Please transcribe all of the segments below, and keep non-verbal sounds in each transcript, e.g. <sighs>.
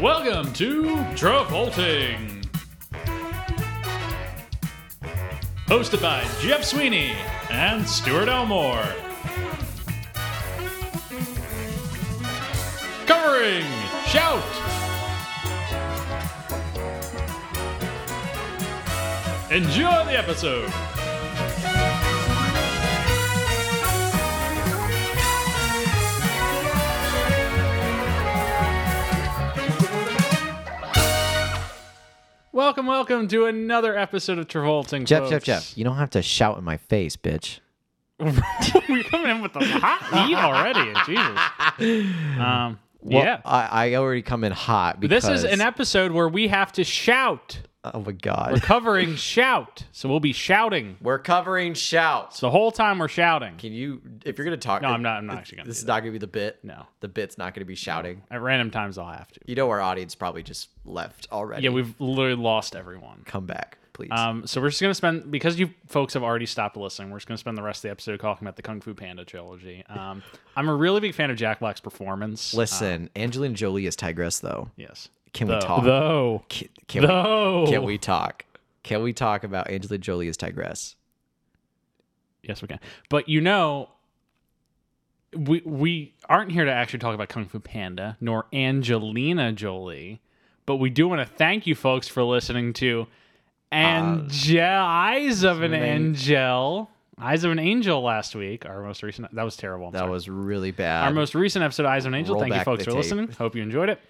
Welcome to Travolting. Hosted by Jeff Sweeney and Stuart Elmore. Covering Shout! Enjoy the episode! Welcome, welcome to another episode of Travolting. Jeff, folks. Jeff, Jeff, you don't have to shout in my face, bitch. <laughs> We're coming in with the hot heat already. Jesus. <laughs> Um, Well, yeah. I, I already come in hot because This is an episode where we have to shout. Oh my We're god. covering shout. So we'll be shouting. <laughs> We're covering shouts. So the whole time we're shouting. Can you if you're gonna talk No, I'm not- I'm not actually gonna This do is not gonna be the bit. No. The bit's not gonna be shouting. At random times, I'll have to. You know our audience probably just left already. Yeah, we've literally lost everyone. come back, please. Um, so we're just going to spend, because you folks have already stopped listening, we're just going to spend the rest of the episode talking about the Kung Fu Panda <laughs> trilogy. Um, I'm a really big fan of Jack Black's performance. Listen, uh, Angelina Jolie is Tigress though. yes. Can Though, we talk? Though. Can, can Though. we, can <laughs> we talk? Can we talk about Angelina Jolie as Tigress? Yes, we can. But you know, we we aren't here to actually talk about Kung Fu Panda nor Angelina Jolie, but we do want to thank you folks for listening to Angel Eyes of an Angel. Eyes of an Angel last week, our most recent. That was terrible. I'm That sorry. was really bad. our most recent episode, Eyes of an Angel. Roll Thank you back folks for the tape. listening. Hope you enjoyed it.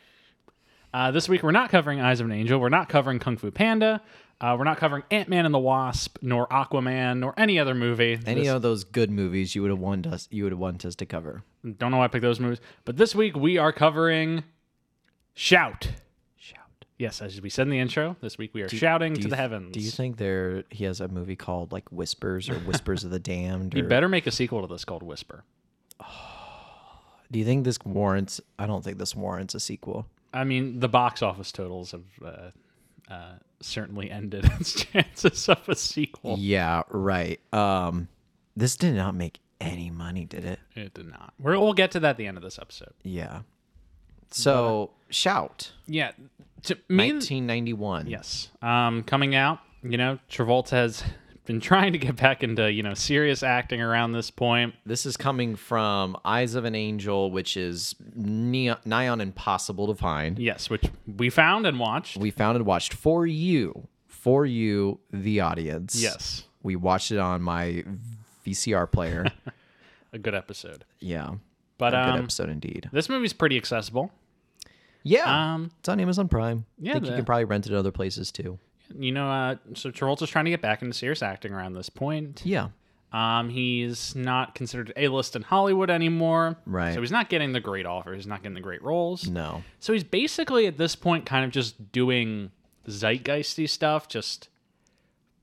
Uh, this week, we're not covering Eyes of an Angel. We're not covering Kung Fu Panda. Uh, we're not covering Ant Man and the Wasp, nor Aquaman, nor any other movie. Any This- of those good movies you would have wanted us you would have wanted us to cover. Don't know why I picked those movies. But this week we are covering Shout. Shout. Yes, as we said in the intro, this week we are shouting to the heavens. Do you think there he has a movie called <laughs> like Whispers or Whispers of the Damned? Or, you better make a sequel to this called Whisper. Do you think this warrants? I don't think this warrants a sequel. I mean, the box office totals have uh, uh, certainly ended its <laughs> chances of a sequel. Yeah, right. Um, this did not make any money, did it? It did not. We're, we'll get to that at the end of this episode. Yeah. So shout. Yeah, to me, 1991. Yes. Um, coming out, you know, Travolta has been <laughs> trying to get back into you know serious acting around this point. This is coming from Eyes of an Angel, which is nigh nigh on impossible to find. Yes, which we found and watched. We found and watched for you, for you, the audience. Yes, We watched it on my VCR player. <laughs> a good episode. yeah. But a good um, episode indeed. this movie's pretty accessible. Yeah. Um, it's on Amazon Prime. yeah, I think the- you can probably rent it at other places too. you know, uh, so Travolta's trying to get back into serious acting around this point. Yeah. Um, he's not considered A-list in Hollywood anymore. Right. So he's not getting the great offers. He's not getting the great roles. No. So he's basically at this point kind of just doing zeitgeisty stuff. Just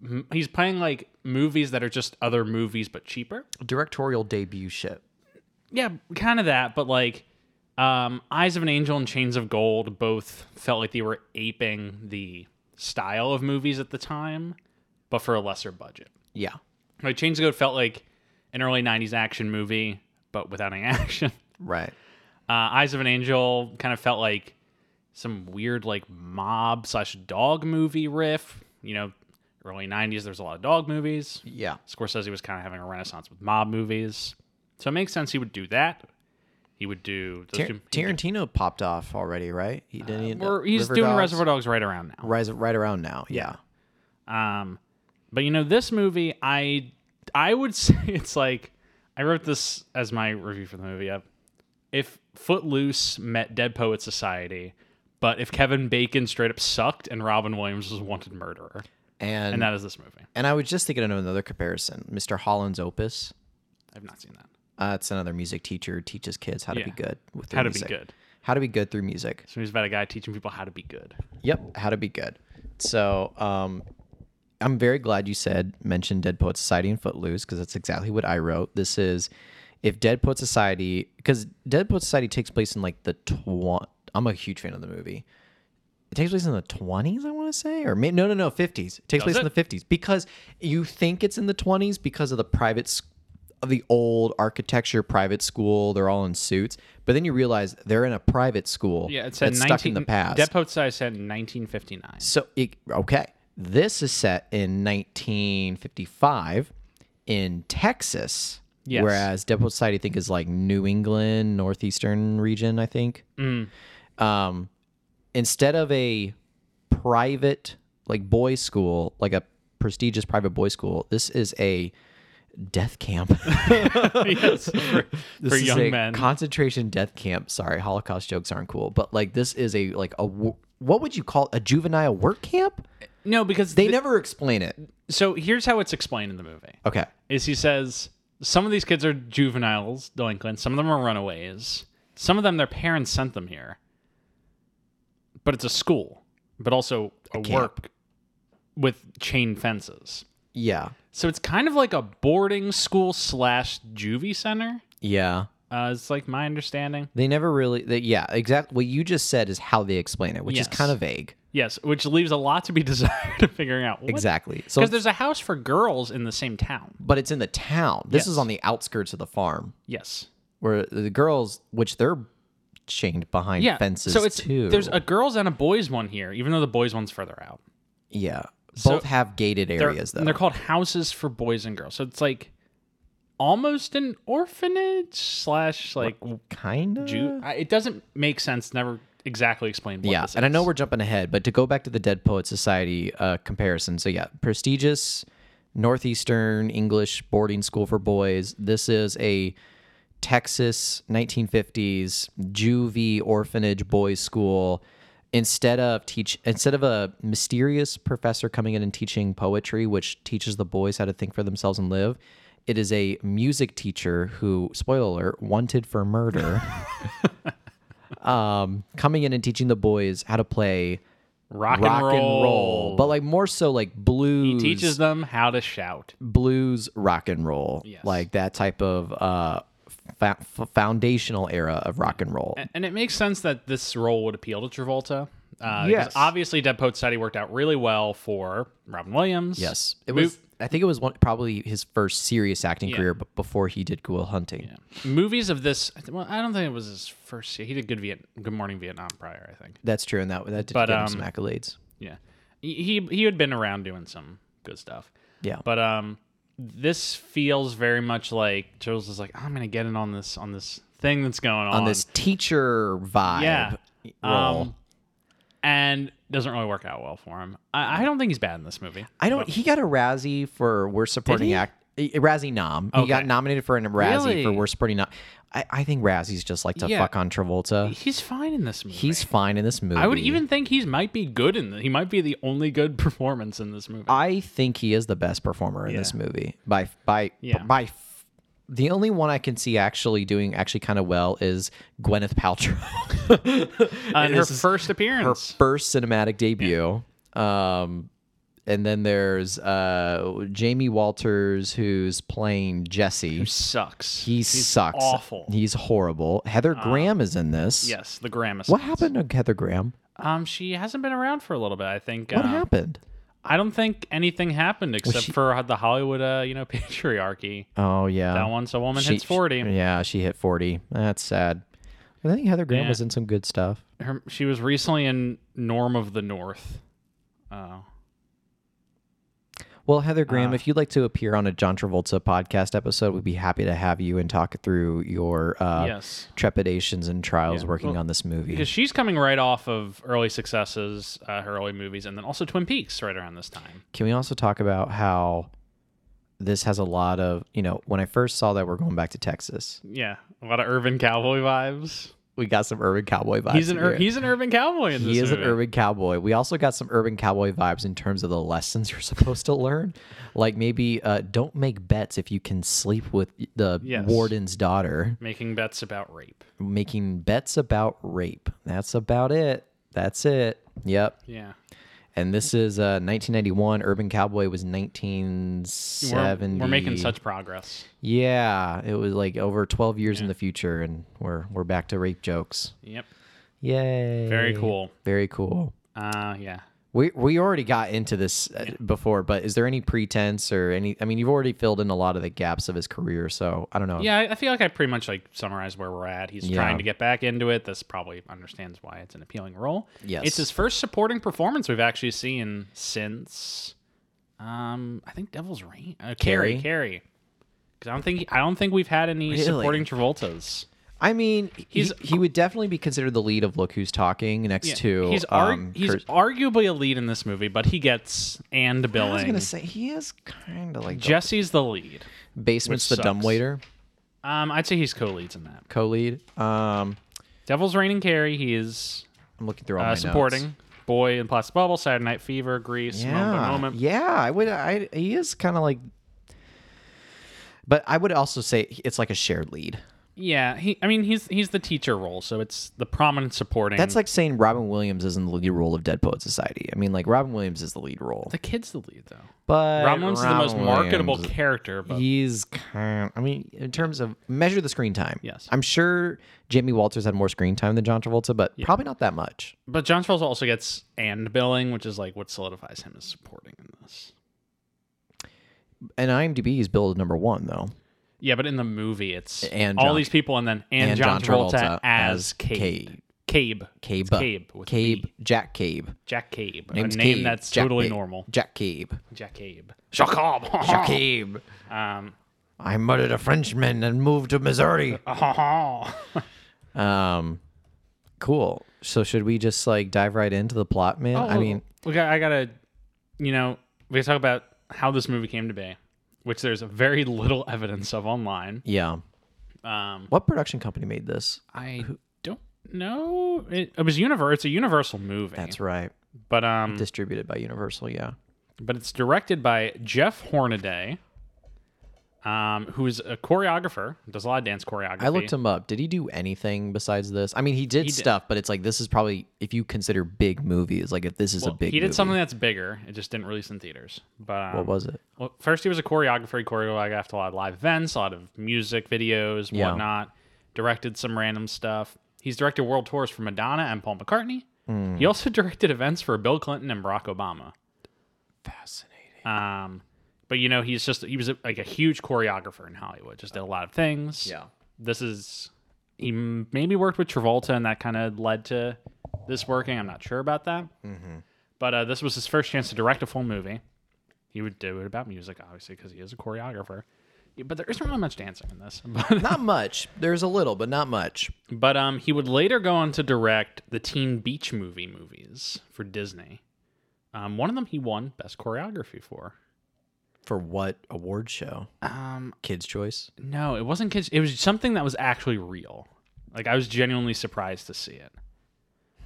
m- he's playing like movies that are just other movies but cheaper. Directorial debut shit. yeah, kind of that, but like um, Eyes of an Angel and Chains of Gold both felt like they were aping the style of movies at the time, but for a lesser budget. Yeah. Like Chains of Gold felt like an early '90s action movie, but without any <laughs> action. Right. Uh, Eyes of an Angel kind of felt like some weird like mob slash dog movie riff. You know, early '90s. There's a lot of dog movies. Yeah. Scorsese was kind of having a renaissance with mob movies, so it makes sense he would do that. He would do those Tar- two- Tarantino popped off already, right? He didn't. Or he's River doing Dogs? Reservoir Dogs right around now. Rise right around now. Yeah. Um, but you know, this movie, I I would <laughs> say it's like I wrote this as my review for the movie. Up, if Footloose met Dead Poet Society, but if Kevin Bacon straight up sucked and Robin Williams was a wanted murderer, And and and, that is this movie. I was just thinking of another comparison, Mr. Holland's Opus. I've not seen that. Uh, it's another music teacher teaches kids how to be Yeah. good with How through to music. be good. How to be good through music. So he's about a guy teaching people how to be good. Yep, how to be good. So, um, I'm very glad you said mentioned Dead Poet Society and Footloose because that's exactly what I wrote. This is if Dead Poet Society because Dead Poet Society takes place in like the twenty. I'm a huge fan of the movie. It takes place in the 20s, I want to say, or may- no, no, no, 50s. It takes place it? in the 50s because you think it's in the 20s because of the private s- the old architecture private school. They're all in suits, but then you realize they're in a private school. Yeah, it said that's 19, stuck in the past. Dead Poets Society said in 1959. <laughs> So it, okay, this is set in 1955 in Texas. Yes. Whereas Dead Poets Society, I think, is like New England, northeastern region. I think. Mm. Um, instead of a private like boys' school, like a prestigious private boys' school, this is a <laughs> death camp. yes, for, This for is young a men. concentration death camp. Sorry, Holocaust jokes aren't cool, but like this is a like a wo- what would you call it? a juvenile work camp? no, because They the- never explain it. so here's how it's explained in the movie: Okay. is he says some of these kids are juveniles, delinquents. Some of them are runaways. Some of them their parents sent them here, but it's a school, but also a, camp. work with chain fences. Yeah. So it's kind of like a boarding school slash juvie center. Yeah. Uh, it's like my understanding. They never really they, yeah, exactly what you just said is how they explain it, which Yes. is kind of vague. Yes, which leaves a lot to be <laughs> desired of figuring out what Exactly. So Because there's a house for girls in the same town. but it's in the town. This Yes. is on the outskirts of the farm Yes. where the girls which they're chained behind Yeah. fences so it's too. there's a girls and a boys one here, even though the boys one's further out. yeah. So- Both have gated They're, areas and though. they're called houses for boys and girls. So it's like almost an orphanage slash like Kind of. Jew. I- It doesn't make sense. Never exactly explained. What Yeah, this and I know is. we're jumping ahead, but to go back to the Dead Poets Society uh, comparison, so yeah, prestigious northeastern English boarding school for boys. This is a Texas 1950s juvie orphanage boys school. Instead of teach, instead of a mysterious professor coming in and teaching poetry, which teaches the boys how to think for themselves and live, it is a music teacher who, spoiler alert, wanted for murder um, coming in and teaching the boys how to play rock, rock and, roll. but like more so like blues, teaches them how to shout. blues rock and roll, Yes. like that type of uh, fa- f- foundational era of rock and roll. And it makes sense that this role would appeal to Travolta. Uh, Yes. because Obviously, Dead Poet Society worked out really well for Robin Williams. yes, it Mo- was. I think it was one probably his first serious acting Yeah. career, but before he did Goodwill Hunting. movies of this. Well, I don't think it was his first. He did Good Viet, Good Morning Vietnam prior, I think. That's true, and that that did But, get him um, some accolades. Yeah, he he- he had been around doing some good stuff. Yeah. But um, this feels very much like Charles is like, I'm gonna get in on this on this thing that's going on on this teacher vibe. Yeah. role. Um, and doesn't really work out well for him. I, I don't think he's bad in this movie. I don't. He got a Razzie for worst supporting he? act. a Razzie nom. He got Okay. nominated for a Razzie for Really? worst supporting nom. I, I think Razzie's just like to Yeah. fuck on Travolta. He's fine in this movie. He's fine in this movie. I would even think he might be good in. The, he might be the only good <laughs> performance in this movie. I think he is the best performer in this movie by by Yeah. by. f- The only one I can see actually doing actually kind of well is Gwyneth Paltrow. <laughs> and her this is first appearance. first cinematic debut. Um, and then there's uh, Jamie Walters who's playing Jesse. sucks. He sucks. awful. He's horrible. Heather Uh, Graham is in this. yes, the Grammus. What happened to Heather Graham? Um, she hasn't been around for a little bit. I think. What uh, happened? I don't think anything happened except she- for the Hollywood, uh, you know, <laughs> patriarchy. Oh yeah. That once a woman She- hits forty, she- yeah, she hit 40. That's sad. I think Heather Graham Yeah. was in some good stuff. her, she was recently in Norm of the North. Oh, Well, Heather Graham, Ah. if you'd like to appear on a John Travolta podcast episode, we'd be happy to have you and talk through your uh, yes. trepidations and trials working Well, on this movie. Because she's coming right off of early successes, uh, her early movies, and then also Twin Peaks right around this time. Can we also talk about how this has a lot of, you know, when I first saw that we're going back to Texas, Yeah, a lot of urban cowboy vibes. we got some urban cowboy vibes. He's an ur- here. he's an urban cowboy in this He is an movie. urban cowboy. We also got some urban cowboy vibes in terms of the lessons <laughs> you're supposed to learn. Like maybe uh, don't make bets if you can sleep with the Yes. warden's daughter, making bets about rape. making bets about rape. That's about it. That's it. Yep. Yeah, And this is uh, 1991. Urban Cowboy was we're, 1970. we're making such progress. Yeah, it was like over 12 years in the future, and we're we're back to rape jokes. Yep, Yay! very cool. Very cool. Uh, yeah. We we already got into this uh, before, but is there any pretense or any? I mean, you've already filled in a lot of the gaps of his career, so I don't know. Yeah, I, I feel like I pretty much like summarized where we're at. He's Yeah. trying to get back into it. This probably understands why it's an appealing role. Yes. it's his first supporting performance we've actually seen since, um, I think Devil's Rain. Uh, Carrie? Carrie, Carrie. Because I don't think I don't think we've had any Really? supporting Travoltas. I mean, he's He's- he, he would definitely be considered the lead of Look Who's Talking next Yeah, to he's ar- um, he's Kurt- arguably a lead in this movie, but he gets and I was billing. gonna say he is kind of like the Jesse's the lead. basement's the which dumb sucks. waiter Um, I'd say he's co-leads in that. co-lead. Um, Devil's Reign and Carrie. He is I'm looking through all my uh, notes. supporting Boy in Plastic Bubble, Saturday Night Fever, Grease, Moment by Yeah, Moment. yeah. I would. I he is kind of like, but I would also say it's like a shared lead. Yeah, he. I mean, he's he's the teacher role, so it's the prominent supporting. That's like saying Robin Williams is in the lead role of Dead Poet Society. I mean, like Robin Williams is the lead role, the kid's the lead though. but Robin Williams is the most Robin marketable Williams- character, but He's kind. I mean, in terms of measure the screen time. Yes. I'm sure Jamie Walters had more screen time than John Travolta, but probably not that much. but John Travolta also gets and billing, which is like what solidifies him as supporting in this. And IMDb is billed at number one though. Yeah, but in the movie, it's And all John- these people, and then and, and John, John Travolta, Travolta as as Cabe. Cabe. Cabe. Cabe. It's Cabe. With Cabe. B. Jack Cabe. Jack Cabe. Name's a name Cabe. that's Jack totally Cabe. normal. Jack Cabe. Jack Cabe. <laughs> Jack Cabe. Jack Cabe. <laughs> um. I murdered a Frenchman and moved to Missouri. Um, cool. So should we just like dive right into the plot, man? I Oh, mean, we got, I gotta, you know, we gotta talk about how this movie came to be, which there's very little <laughs> evidence of online. yeah. Um, What production company made this? I don't know. It, it was Universal. It's a Universal movie, That's right. but um, Distributed by Universal. Yeah. but it's directed by Jeff Hornaday, um, who is a choreographer, does a lot of dance choreography. I looked him up. Did he do anything besides this? I mean, he did stuff, but it's like this is probably if you consider big movies, like if this is a big. He movie, did something that's bigger. It just didn't release in theaters. But um, What was it? Well, first he was a choreographer. He choreographed a lot of live events, a lot of music videos, Yeah. whatnot. Directed some random stuff. He's directed world tours for Madonna and Paul McCartney. Hmm. He also <laughs> directed events for Bill Clinton and Barack Obama. Fascinating. Um, but you know, he's just he was a, like a huge choreographer in Hollywood. Just did a lot of things. Yeah. This is he m- maybe worked with Travolta, and that kind of led to this working. I'm not sure about that. But uh, this was his first chance to direct a full movie. He would do it about music, obviously, because he is a choreographer. Yeah, But there isn't really much dancing in this. <laughs> But, Not much. There's a little, but not much. but um, he would later go on to direct the Teen Beach Movie movies for Disney. Um, one of them he won best choreography for. For what award show? Um, Kids' Choice. No, it wasn't kids. It was something that was actually real. Like I was genuinely surprised to see it.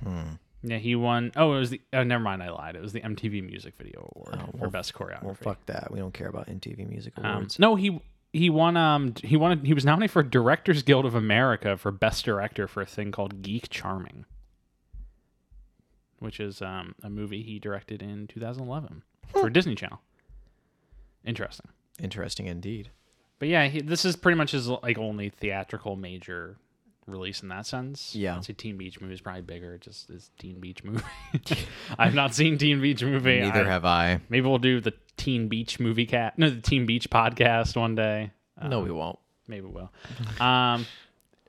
Hmm. Yeah, he won. Oh, it was the. Oh, never mind. I lied. It was the MTV Music Video Award for best choreography. Oh, Well, fuck that. We don't care about MTV Music Um, Awards. no, he he won. Um, he won. He was nominated for Directors Guild of America for best director for a thing called Geek Charming, which is um a movie he directed in 2011 for Disney Channel. Interesting. Interesting indeed. But yeah, he, this is pretty much his like only theatrical major release in that sense. Yeah. I'd say Teen Beach movie is probably bigger. It just is Teen Beach movie. <laughs> I've not seen Teen Beach movie. Neither I- have I. Maybe we'll do the Teen Beach movie cat. No, the Teen Beach podcast one day. no, we won't. Maybe we'll. Um,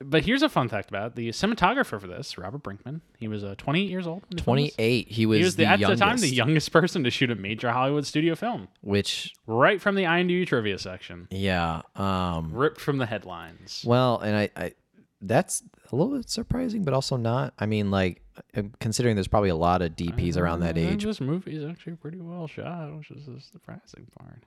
but here's a fun fact about it. the cinematographer for this, Robert Brinkman. He was uh, 28 years old. when he filmed this. 28. He was, He was the, the at youngest, the time the youngest person to shoot a major Hollywood studio film. which Right from the IMDb trivia section, yeah. Um. ripped from the headlines. Well, and I, I, that's a little bit surprising, but also not. I mean, like uh, considering there's probably a lot of DPs around that I think age, This movie is actually pretty well shot, which is the surprising part.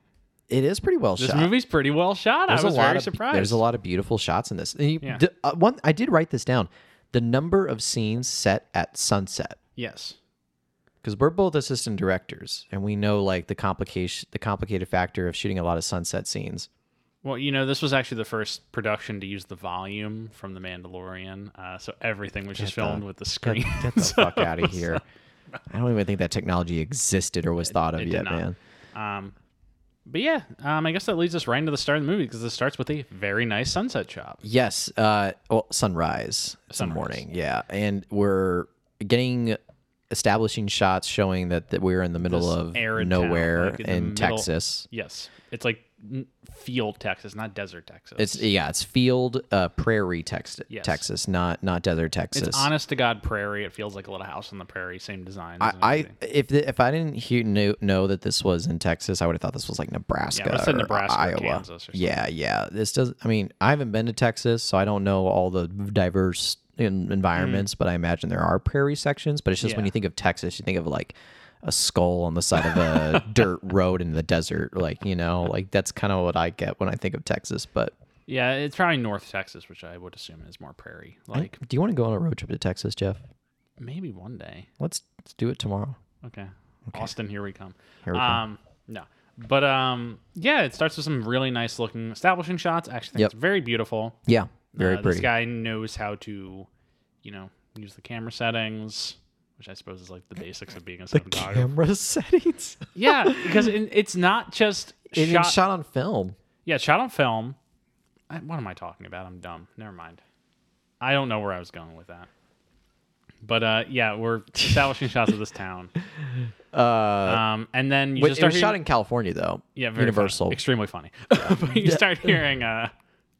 it is pretty well Mm-hmm. This shot. movie's pretty well shot. I was a lot very of, surprised. There's a lot of beautiful shots in this. And you- Yeah. d- uh, one, I did write this down. The number of scenes set at sunset. Yes. because we're both assistant directors and we know like the complication the complicated factor of shooting a lot of sunset scenes Well, you know, this was actually the first production to use the volume from The Mandalorian, uh, so everything was just the- filmed with the screen. <laughs> get the fuck out of here i don't even think that technology existed or was thought of it did yet not. man um, but yeah, um, I guess that leads us right into the start of the movie because it starts with a very nice sunset shot. yes uh well sunrise, sunrise. Sunrise. morning yeah and we're getting establishing shots showing that, that we're in the middle This of arid town, nowhere like, in in, the middle- Texas. Yes, it's like n- field Texas, not desert Texas. It's yeah, it's field uh, prairie Texas, Yes. Texas, not not desert Texas. it's honest to god prairie. It feels like a little house on the prairie, same design. I, I if the, if I didn't hear, knew, know that this was in Texas, I would have thought this was like Nebraska, would've said or Nebraska or Iowa. Kansas or something. yeah, yeah. This does. I mean, I haven't been to Texas, so I don't know all the diverse in, environments, but I imagine there are prairie sections. But it's just when Mm. Yeah. you think of Texas, you think of like a skull on the side <laughs> of a dirt road in the desert, like you know, like that's kind of what I get when I think of Texas. But yeah, it's probably North Texas, which I would assume is more prairie. Like do you want to go on a road trip to Texas, Jeff? maybe one day. Let's let's do it tomorrow. Okay. Austin, here we come. Here we come. um, No. But um, yeah, it starts with some really nice looking establishing shots. I Actually, think Yep. it's very beautiful. Yeah, very Uh, pretty. This guy knows how to, you know, use the camera settings, which I suppose is like the basics of being a cinematographer. Camera <laughs> settings. yeah, because in, it's not just <laughs> It shot. shot, shot on film. Yeah, shot on film. I, what am I talking about? I'm dumb. Never mind. I don't know where I was going with that. But uh, yeah, <laughs> we're establishing shots of this town. Uh, Um, and then you wait, just it start was hearing- shot in California though. Yeah, very Universal. funny. extremely funny. <laughs> but you start hearing uh,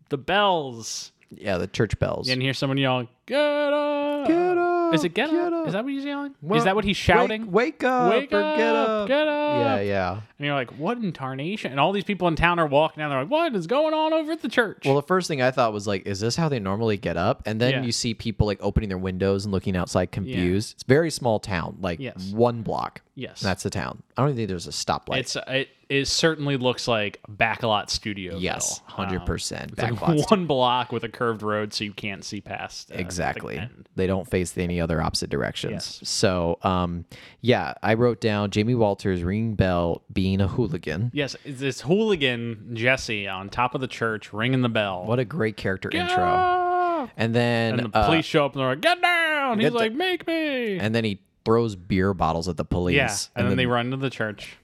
the bells, Yeah, the church bells. and you hear someone yelling, "Get up!" Get up, Is it get, get up? up. Is that what he's yelling? Well, Is that what he's shouting? Wake, wake up! Wake or Get up, up! get up. Yeah, yeah. And you're like, "What in tarnation?" And all these people in town are walking down. They're like, "What is going on over at the church?" Well, the first thing I thought was like, is this how they normally get up? And then Yeah. you see people like opening their windows and looking outside, confused. It's a very small town, like Yes. one block. yes, And that's the town. I don't even think there's a stoplight. it's it, it. Certainly looks like a backlot studio. yes, Bill. hundred Um, percent. it's <laughs> like one block with a curved road, so you can't see past. uh, the Exactly. end. They don't face any other opposite directions. Yes. So, um, yeah, I wrote down Jamie Walters ringing bell being a hooligan. Yes, it's this hooligan Jesse on top of the church ringing the bell. What a great character intro. intro. And then And the uh, police show up and they're like, "Get down!" He's the- like, "Make me!" and then he throws beer bottles at the police. yeah, and, then, they run into the church.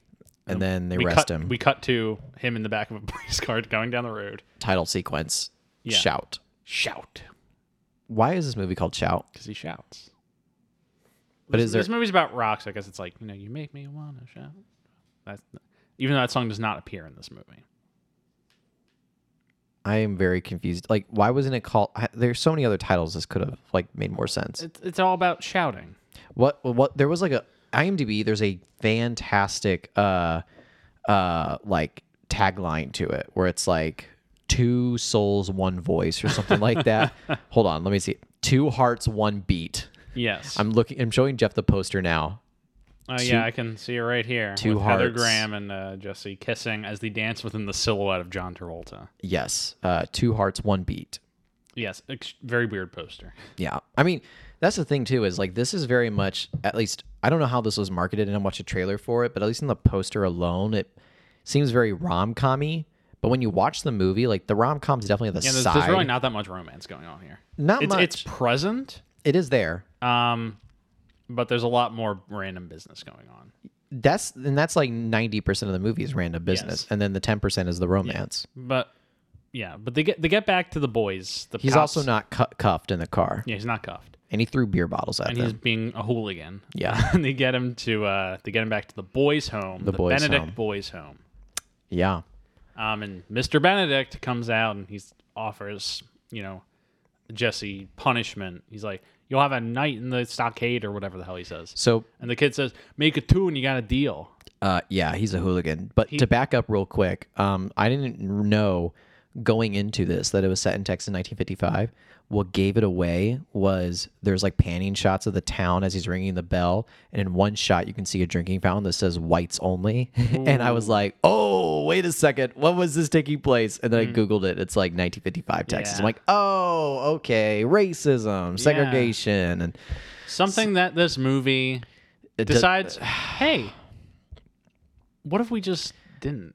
and then they we arrest cut, him. We cut to him in the back of a <laughs> police car going down the road. Title sequence. Yeah. Shout. Shout, Why is this movie called Shout? because he shouts. But this, is there- this movie's about rocks? I guess it's like you know, you make me wanna shout. That's even though that song does not appear in this movie. I am very confused. Like, why wasn't it called? I- There's so many other titles this could have like made more sense. It's it's all about shouting. What what there was like a IMDb. There's a fantastic uh uh like tagline to it where it's like two souls one voice or something like that. Hold on, let me see. Two hearts one beat. Yes. I'm looking. I'm showing Jeff the poster now. Oh yeah, I can see it right here. two with Heather hearts. Graham and uh, Jesse kissing as they dance within the silhouette of John Travolta. Yes, uh, two hearts one beat. Yes, ex- very weird poster. Yeah. I mean, that's the thing too is like this is very much at least I don't know how this was marketed and I watched a trailer for it, but at least in the poster alone it seems very rom-commy, but when you watch the movie, like the rom-com's definitely on the Yeah, there's, side. there's really not that much romance going on here. Not it's, It's much. present, it is there. um, but there's a lot more random business going on. That's and that's like 90% of the movie is random business Yes. Mm-hmm. and then the 10% is the romance. But yeah, but they get they get back to the boys. The He's cops- also not cu- cuffed in the car yeah, he's not cuffed, and he threw beer bottles at and them. he's being a hooligan. Yeah. <laughs> and they get him to uh, they get him back to the boys' home, the, boys' Benedict home. boys' home. yeah. Um, and Mr. Benedict comes out and he offers, you know, Jesse punishment. He's like, "You'll have a night in the stockade or whatever the hell he says." So And the kid says, "Make it two, and you got a deal." Uh, yeah, he's a hooligan. But to back up real quick, um, I didn't know going into this that it was set in Texas in 1955. What gave it away was there's like panning shots of the town as he's ringing the bell, and in one shot you can see a drinking fountain that says "whites only," <laughs> and I was like, "Oh, wait a second, when was this taking place?" And then I googled it. It's like 1955 Texas. Yeah. I'm like, "Oh, okay, racism, segregation, and Something that this movie it does- <sighs> decides, "Hey, what if we just didn't?"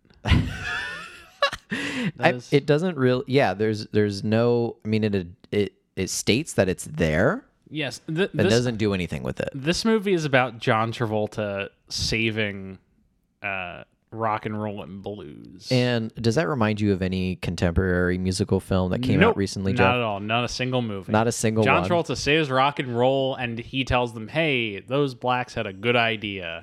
That I, is- it doesn't really yeah there's there's no i mean it it it states that it's there yes, th- but this doesn't do anything with it this movie is about John Travolta saving uh, rock and roll and blues. And does that remind you of any contemporary musical film that came Nope, out recently, not Jeff? at all. Not a single movie. Not a single John one. Travolta saves rock and roll, and he tells them, "Hey, those blacks had a good idea,"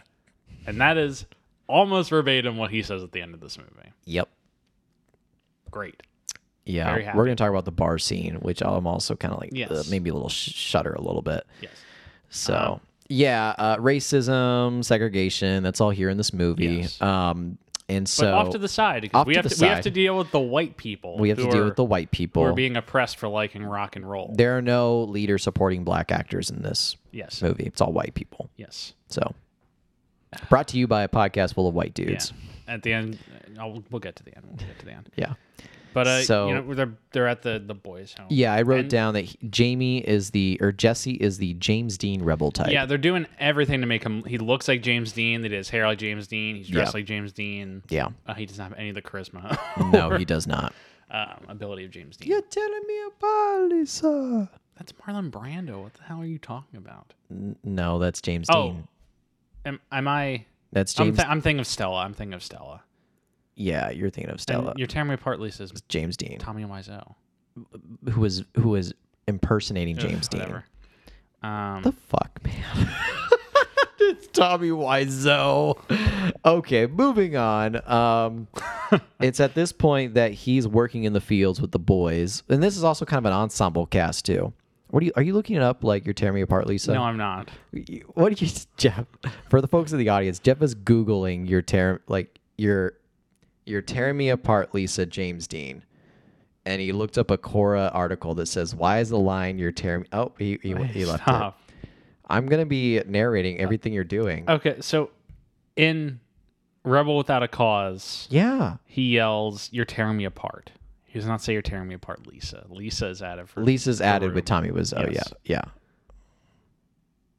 and that is almost verbatim what he says at the end of this movie. Yep. Great. Yeah. Very happy. We're going to talk about the bar scene, which I'm also kind of like Yes. Uh-huh. uh, maybe a little sh- shudder a little bit. Yes. So yeah, uh, racism, segregation, that's all here in this movie. Yes. Um, and But so off to the side because off we to have the to, we have side. to deal with the white people. we have who to deal are- with the white who are people. being oppressed for liking rock and roll. there are no leaders supporting black actors in this Yes. movie. It's all white people. Yes. So brought to you by a podcast full of white Yeah. dudes. At the end, I'll, we'll get to the end. We'll get to the end. Yeah. But uh, So- you know, they're they're at the the boys' home. Yeah, I wrote down that he- Jamie is the or Jesse is the James Dean rebel type. Yeah, they're doing everything to make him. He looks like James Dean. They did his hair like James Dean. He's dressed Yeah. like James Dean. <laughs> Yeah. Uh, he does not have any of the <laughs> charisma No, he does not. um, ability of James Dean. You're telling me about Lisa. That's Marlon Brando. What the hell are you talking about? No, that's James Oh. Dean. Am, am I? That's I'm, James. th- I'm thinking of Stella. I'm thinking of Stella. yeah, you're thinking of And Stella. you're tearing me apart, Lisa's James Dean, Tommy Wiseau. who was who was impersonating James Ugh, Dean. Whatever. Um, The fuck, man. <laughs> it's Tommy Wiseau. Okay, moving on. <laughs> Um, it's at this point that he's working in the fields with the boys, and this is also kind of an ensemble cast too. What are you? Are you looking it up? Like you're tearing me apart, Lisa? no, I'm not. What do you, <laughs> Jeff? For the folks in the audience, Jeff is googling your tear, like your, your tearing me apart, Lisa James Dean, and he looked up a Cora article that says, "Why is the line you're tearing?" Oh, he he, he left it. Stop. I'm gonna be narrating Uh, everything you're doing. Okay, so in Rebel Without a Cause, yeah, he yells, "You're tearing me apart." He does not say, "You're tearing me apart, Lisa." Lisa is at it for Lisa's added room. with Tommy was. Oh Yes. yeah, yeah.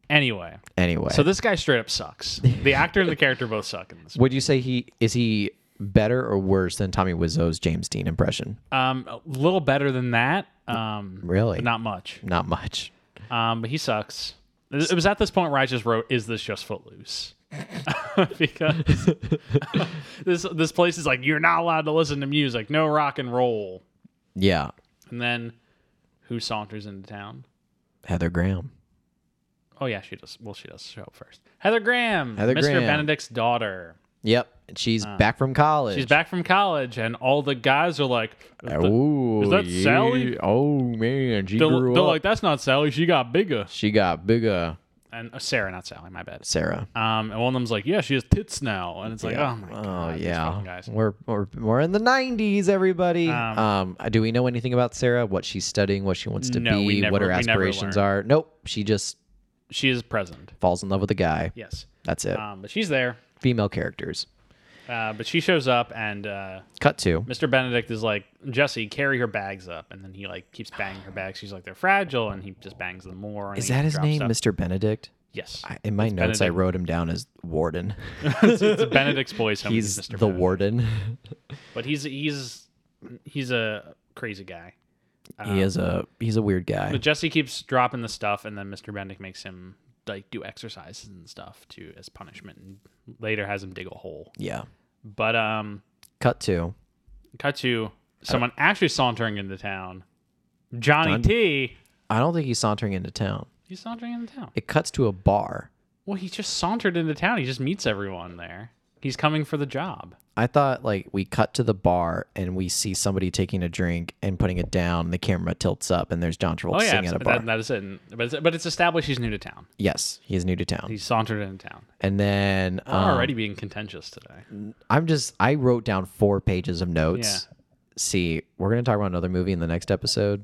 anyway. Anyway, So this guy straight up <laughs> sucks. The actor and the character both suck in this. would you say he is he better or worse than Tommy Wiseau's James Dean impression? Um, a little better than that. Um, Really? but not much. Not much. Um, but he sucks. It it was at this point where I just wrote, "Is this just Footloose?" <laughs> because <laughs> <laughs> this this place is like you're not allowed to listen to music, no rock and roll. Yeah, And then who saunters into town? Heather Graham. Oh yeah, she does. Well, she does show up first. Heather Graham, Heather Mr. Graham. Benedict's daughter. Yep, she's back from college. She's back from college, and all the guys are like, Oh, is that Sally? Oh man, she they're, grew they're up. like, that's not Sally. She got bigger. she got bigger. And uh, Sarah, not Sally, my bad. Sarah. Um, and one of them's like, yeah, she has tits now, and it's like, oh my god, oh these yeah, fucking guys. we're, we're we're in the '90s, everybody. Um, Um, do we know anything about Sarah? What she's studying? What she wants to No, we be? what never- her we never aspirations learn. are? Nope. She just She is present. falls in love with a guy. Yes. That's it. Um, but she's there. Female characters. Uh, but she shows up, and uh, Cut to. Mr. Benedict is like, Jesse, carry her bags up, and then he like keeps banging her bags. She's like, they're fragile, and he just bangs them more. and Is he that his drops name, stuff. Mr. Benedict? Yes. I, in my notes, I Benedict. wrote him down as warden. it's, it's Benedict's boys home. He's Mr. the Benedict. warden. <laughs> But he's he's he's a crazy guy. he is a he's a weird guy. Um, But Jesse keeps dropping the stuff, and then Mr. Bendick makes him like do exercises and stuff to as punishment, and later has him dig a hole. Yeah. But um, Cut to. cut to someone actually sauntering into town. Johnny T. I don't think he's sauntering into town. He's sauntering into town. It cuts to a bar. Well, he just sauntered into town. He just meets everyone there. He's coming for the job. I thought like we cut to the bar and we see somebody taking a drink and putting it down. The camera tilts up and there's John Travolta Oh yeah, singing at a abs- bar. that, that is it. And- But it's, but it's established he's new to town. yes, he is new to town. He sauntered into town. And then We're um, already being contentious today. I'm just I wrote down four pages of notes. Yeah. See, we're gonna talk about another movie in the next episode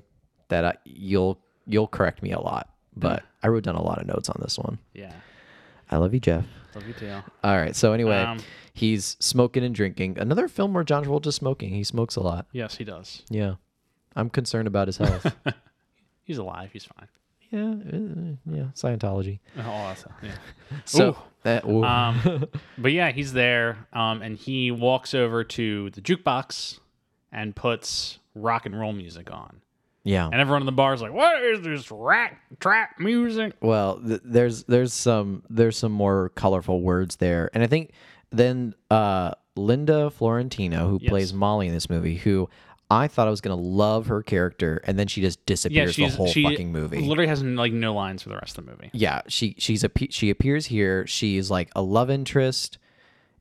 that I, you'll you'll correct me a lot, Mm. but I wrote down a lot of notes on this one. Yeah. I love you, Jeff. Love you too. All right. So anyway, Um, he's smoking and drinking. Another film where John Travolta's smoking. He smokes a lot. Yes, he does. Yeah. I'm concerned about his health. He's alive. He's fine. yeah, uh, yeah, Scientology. Oh, awesome. Yeah. So Ooh. that- ooh. Um, but yeah, he's there, um, and he walks over to the jukebox and puts rock and roll music on, yeah. and everyone in the bar is like, "What is this rat trap music?" Well, th- there's there's some there's some more colorful words there, and I think then uh, Linda Florentino, who Yes. plays Molly in this movie, who I thought I was gonna love her character, and then she just Yeah, disappears she's the whole she fucking movie. Literally has like no lines for the rest of the movie. yeah, she she's a she appears here. She's like a love interest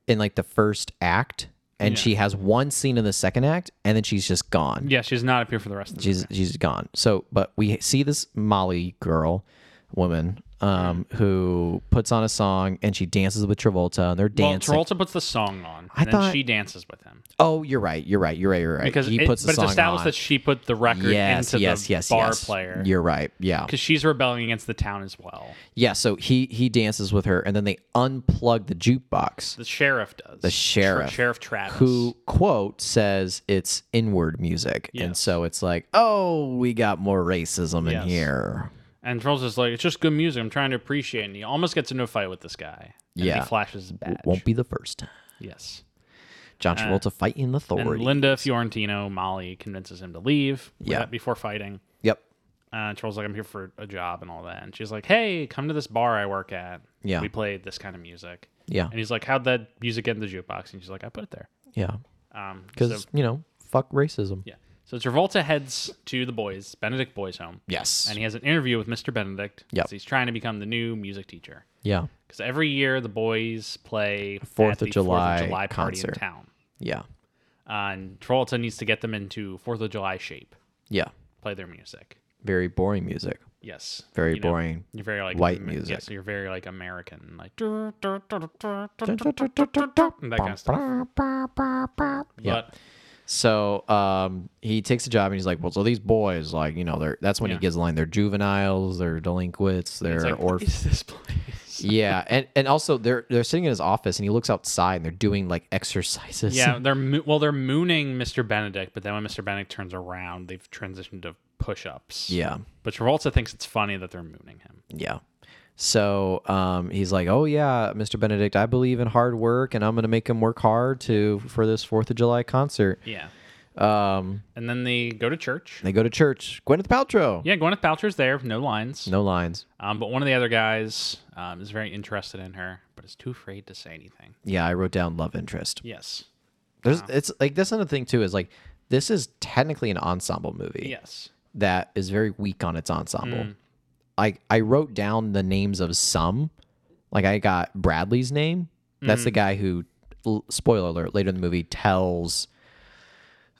in like the first act, and she has one scene in the second act, and then she's just gone. Yeah, she does not appear for the rest of the movie. she's she's gone. So, but we see this Molly girl, woman, um, who puts on a song and she dances with Travolta, and they're Well, dancing. Travolta puts the song on, I and then thought- she dances with him oh, you're right. You're right. You're right. You're right. because he it- puts the but song it's established on. that she put the record yes, into yes, the yes, bar yes. player You're right. Yeah, because she's rebelling against the town as well. yeah. So he he dances with her, and then they unplug the jukebox. The sheriff does. The sheriff, sheriff Travis. Who quote says it's inward music, and Yes. so it's like, oh, we got more racism Yes. in here. and Travolta's like, it's just good music. I'm trying to appreciate, it." and he almost gets into a fight with this guy. And Yeah. he flashes his badge. Won't be the first time. yes. John Travolta fighting Uh, And authority. Linda Fiorentino, Molly convinces him to leave. Yeah. uh, Before fighting. yep. Uh, Charles like, I'm here for a job and all that. And she's like, Hey, come to this bar I work at. Yeah. We play this kind of music. Yeah. And he's like, How'd that music get in the jukebox? And she's like, I put it there. Yeah. Um, Because, so, you know, fuck racism. yeah. So Travolta heads to the boys, Benedict Boys Home, Yes. and he has an interview with Mr. Benedict. 'cause Yep. He's trying to become the new music teacher. yeah. Because every year the boys play at Fourth of the July July party concert. in town. Yeah. Uh, and Travolta needs to get them into Fourth of July shape, Yeah. play their music. Very boring music. Yes. Very you know, boring. You're very like White Amer- music. Yeah, so you're very like American, <laughs> like "Dur, dur, dur, dur, dur, dur, dur," and that kind of stuff. Yeah. But So um, he takes a job and he's like, well, so these boys, like, you know, they're that's when Yeah. he gives the line. They're juveniles, they're delinquents, <laughs> they're it's like, what orphans. is this place? <laughs> Yeah, and, and also they're they're sitting in his office and he looks outside and they're doing like exercises. Yeah, they're mo- well, they're mooning Mr. Benedict, but then when Mr. Benedict turns around, they've transitioned to push-ups. <laughs> yeah. But Travolta thinks it's funny that they're mooning him. Yeah. So um, he's like, "Oh yeah, Mr. Benedict, I believe in hard work, and I'm gonna make him work hard to for this Fourth of July concert." Yeah. Um, And then they go to church. they go to church. Gwyneth Paltrow. Yeah, Gwyneth Paltrow's there, no lines. No lines. Um, but one of the other guys um, is very interested in her, but is too afraid to say anything. Yeah, I wrote down love interest. Yes. There's it's like that's another thing too is like this is technically an ensemble movie Yes. that is very weak on its ensemble. I I wrote down the names of some. Like I got Bradley's name. That's the guy who l- spoiler alert later in the movie tells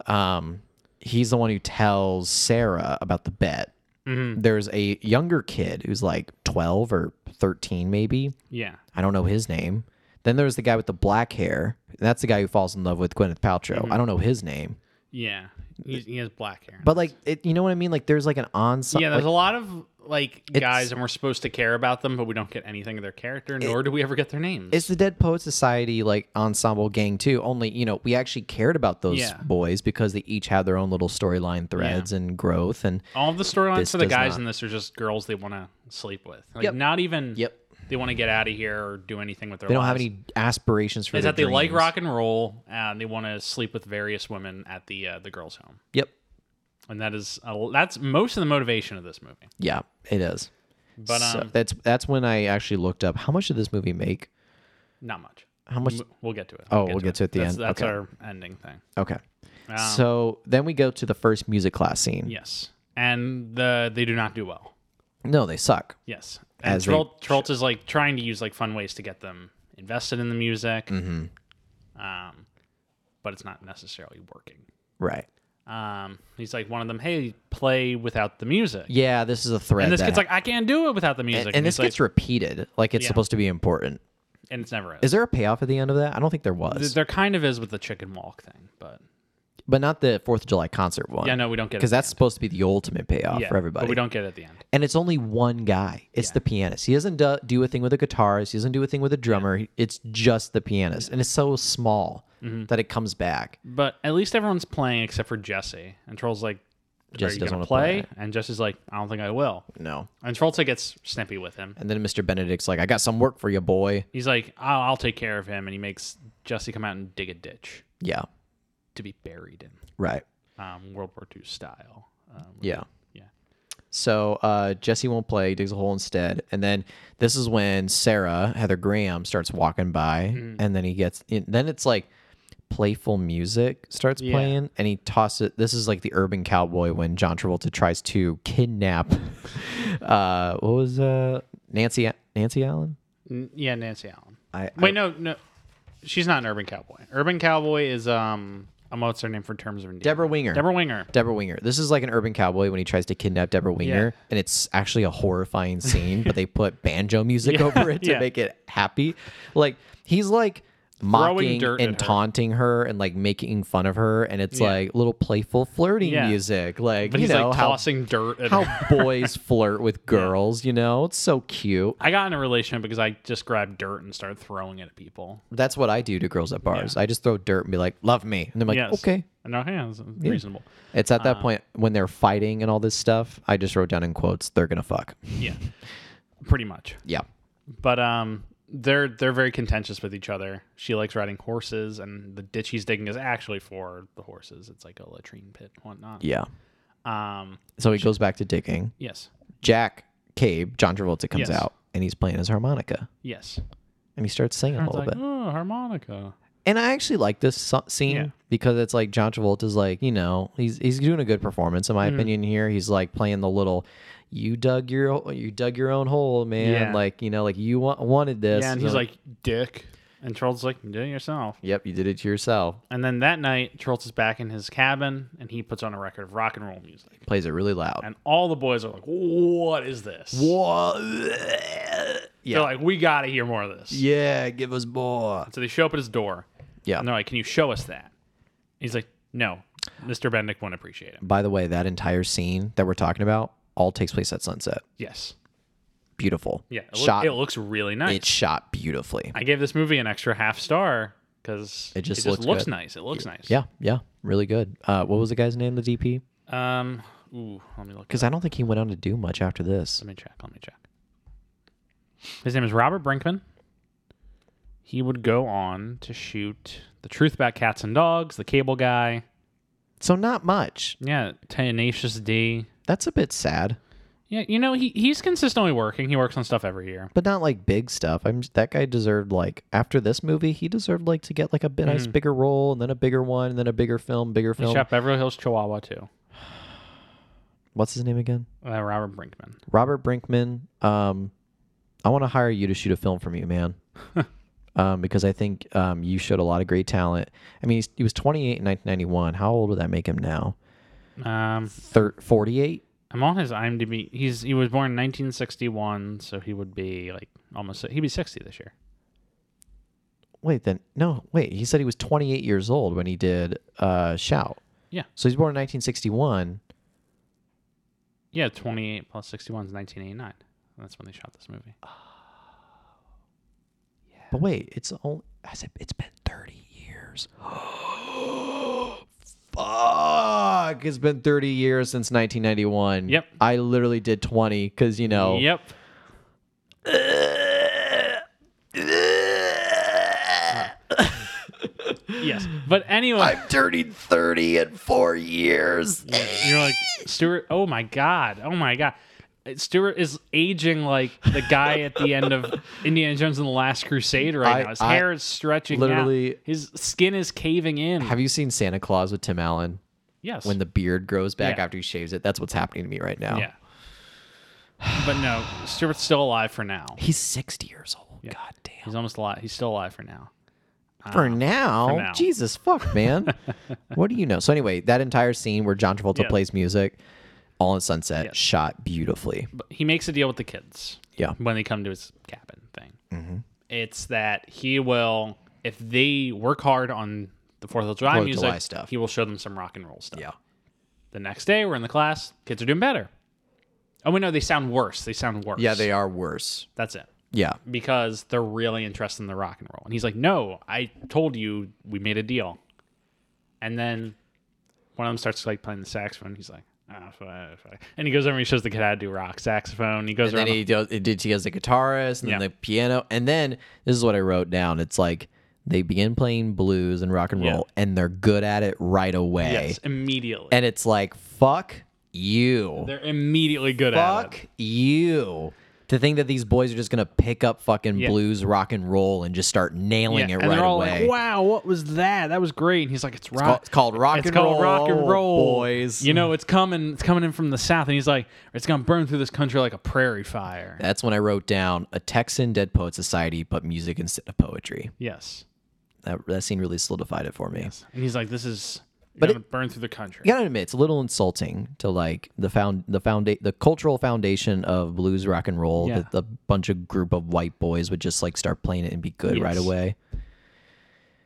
um he's the one who tells Sarah about the bet. There's a younger kid who's like 12 or 13 maybe. Yeah. I don't know his name. Then there's the guy with the black hair. That's the guy who falls in love with Gwyneth Paltrow. Mm-hmm. I don't know his name. Yeah. He's, he has black hair. But like it, you know what I mean? Like there's like an ensemble. yeah, there's a lot of like guys, It's- and we're supposed to care about them, but we don't get anything of their character, nor do we ever get their names. it's the Dead Poet Society like ensemble gang too. Only you know we actually cared about those Yeah. boys because they each had their own little storyline threads and growth and All of the storylines This for the does guys not. in this are just girls they want to sleep with. Like Yep. not even Yep. they want to get out of here or do anything with their they lives. don't have any aspirations for Is their that they like dreams. rock and roll and they want to sleep with various women at the uh, the girls' home. Yep. And that is a, that's most of the motivation of this movie. Yeah, it is. But um So that's that's when I actually looked up how much did this movie make? not much. How much? M- We'll get to it. Oh, we'll get to it at the that's, end. That's Okay. our ending thing. Okay. Um, so then we go to the first music class scene. Yes. And the they do not do well. No, they suck. Yes. And As they Trolt, Trolt is like trying to use like fun ways to get them invested in the music. Mm-hmm. Um, but it's not necessarily working. Right. Um, he's like one of them. Hey, play without the music. Yeah, this is a thread. and this that kid's like, I can't do it without the music. and, this he's like- gets repeated. Like it's Yeah. supposed to be important. and it's never Is is. there a payoff at the end of that? I don't think there was, There kind of is with the chicken walk thing, but but not the Fourth of July concert one. yeah, no, we don't get it because at that's supposed to be the ultimate payoff the end. for Yeah, everybody. But we don't get it at the end. and it's only one guy. It's the pianist. He doesn't do, do a thing with a guitarist. He doesn't do a thing with a drummer. He- It's just the pianist, and it's so small Mm-hmm. that it comes back. But at least everyone's playing except for Jesse. And Troll's like, Jesse Are you doesn't gonna wanna play? play. And Jesse's like, I don't think I will. No. And Trollta gets snippy with him. And then Mr. Benedict's like, "I got some work for you, boy." He's like, I'll, I'll take care of him. And he makes Jesse come out and dig a ditch Yeah. to be buried in Right. um, World War II style. Um, Yeah. Yeah. So uh, Jesse won't play, digs a hole instead. And then this Mm. is when Sarah, Heather Graham, starts walking by. And then he gets, then it's like, playful music starts Yeah. playing and he tosses this is like the urban cowboy when John Travolta tries to kidnap <laughs> uh what was uh Nancy Nancy Allen? N- yeah, Nancy Allen. I, I Wait, no, no, she's not an urban cowboy. Urban cowboy is um, um, what's her name for Terms of Endearment? Deborah Winger. Deborah Winger. Deborah Winger. This is like an urban cowboy when he tries to kidnap Deborah Winger, and it's actually a horrifying scene, but they put banjo music <laughs> Yeah, over it to yeah. make it happy. Like he's like mocking dirt and at her. taunting her and like making fun of her, and it's Yeah. like little playful flirting Yeah. music. Like But you he's know like <laughs> how tossing dirt. At her. how boys flirt with girls. You know, it's so cute. I got in a relationship because I just grabbed dirt and started throwing it at people. That's what I do to girls at bars. I just throw dirt and be like, "Love me," and they're like, yes. Uh-huh. "Okay." No, yeah, that's reasonable. It's at that point when they're fighting and all this stuff. I just wrote down in quotes, "They're gonna fuck." Yeah, pretty much. Yeah. But um, they're they're very contentious with each other. She likes riding horses, and the ditch he's digging is actually for the horses. It's like a latrine pit, and whatnot. Yeah. Um, So he goes back to digging. yes, Jack Cabe, John Travolta comes Yes. out and he's playing his harmonica yes. and he starts singing a It's little like bit. oh, harmonica. And I actually like this so- scene Yeah. because it's like John Travolta's like, you know, he's he's doing a good performance in Mm. my opinion here. He's like playing the little you dug your o- you dug your own hole, man. Yeah. Like, you know, like you wa- wanted this. Yeah, and he's like, Dick. And Charles is like, do it yourself. Yep, you did it to yourself. And then that night, Charles is back in his cabin and he puts on a record of rock and roll music. Plays it really loud. And all the boys are like, what is this? Whoa. They're Yeah. like, we got to hear more of this. yeah, give us more. So they show up at his door Yeah. and they're like, can you show us that? And he's like, no, Mr. Bendick won't appreciate it. By the way, that entire scene that we're talking about all takes place at sunset. Yes. Beautiful. Yeah. It, loo- Shot. it looks really nice. It's shot beautifully. I gave this movie an extra half star because It just looks good. nice. It looks nice. Yeah. Yeah. Really good. Uh, what was the guy's name? The DP? Um, ooh, let me look. Because I don't think he went on to do much after this. Let me check. Let me check. His name is Robert Brinkman. He would go on to shoot The Truth About Cats and Dogs, The Cable Guy, So not much. yeah, Tenacious D. That's a bit sad, Yeah, you know, he, he's consistently working. He works on stuff every year. but not like big stuff. I'm that guy deserved like after this movie, he deserved like to get like a bit nice Mm-hmm. bigger role and then a bigger one and then a bigger film, bigger He film. shot Beverly Hills Chihuahua, too. What's his name again? Uh, Robert Brinkman. Robert Brinkman. Um, I want to hire you to shoot a film for me, man. um, because I think um, you showed a lot of great talent. I mean, he's, he was 28 in 1991. How old would that make him now? Um, Thir- 48? I'm on his IMDb. He's he was born in 1961, so he would be like almost he'd be 60 this year. Wait, then no, wait. He said he was 28 years old when he did uh, Shout. Yeah. So he's born in 1961. Yeah, 28 plus 61 is 1989. That's when they shot this movie. But wait, it's only has it, it's been 30 years. <gasps> Fuck! It's been 30 years since 1991. Yep. I literally did 20 because you know. <laughs> Yep. Yes. But anyway, I've dirtied 30 in four years. you're like Stuart. Oh my god. Oh my god. Stuart is aging like the guy at the end <laughs> of Indiana Jones and the Last Crusade right I- now. His I- hair is stretching. out. literally- His skin is caving in. Have you seen Santa Claus with Tim Allen? yes. When the beard grows back Yeah. after he shaves it, that's what's happening to me right now. yeah. But no, Stuart's still alive for now. He's 60 years old. God damn. He's almost alive. He's still alive for now. For now, Um, now. Jesus <laughs> fuck, man. what do you know? So anyway, that entire scene where John Travolta Yeah. plays music, all in sunset, Yes. shot beautifully. But he makes a deal with the kids. Yeah. when they come to his cabin thing. Mm-hmm. It's that he will, if they work hard on the Fourth of July Fourth of music, July stuff. he will show them some rock and roll stuff. Yeah. The next day, we're in the class. Kids are doing better. Oh, we know they sound worse. They sound worse. Yeah, they are worse. That's it. Yeah. Because they're really interested in the rock and roll. And he's like, "No, I told you we made a deal." And then one of them starts like playing the saxophone. He's like, "Ah, fuck, fuck." and he goes over and he shows the kid how to do rock saxophone. He goes And then around. the- he does, it did, he has the guitarist and then Yeah. the piano. And then this is what I wrote down. It's like they begin playing blues and rock and Yeah. roll and they're good at it right away. yes, immediately. And it's like, fuck you. They're immediately good at it. Fuck you. To think that these boys are just gonna pick up fucking Yeah. blues, rock and roll, and just start nailing it and right they're all away. like, "Wow, what was that? That was great." And he's like, "It's called- rock. it's called rock It's and called rock and roll, roll, boys." You know, it's coming. It's coming in from the south." And he's like, "It's gonna burn through this country like a prairie fire." That's when I wrote down a Texan Dead Poet Society, but music instead of poetry. Yes. That that scene really solidified it for me. And he's like, "This is But gonna burn through the country." You gotta admit, it's a little insulting to like the found the founda- the cultural foundation of blues rock and roll Yeah. that a bunch of group of white boys would just like start playing it and be good right Yes. away.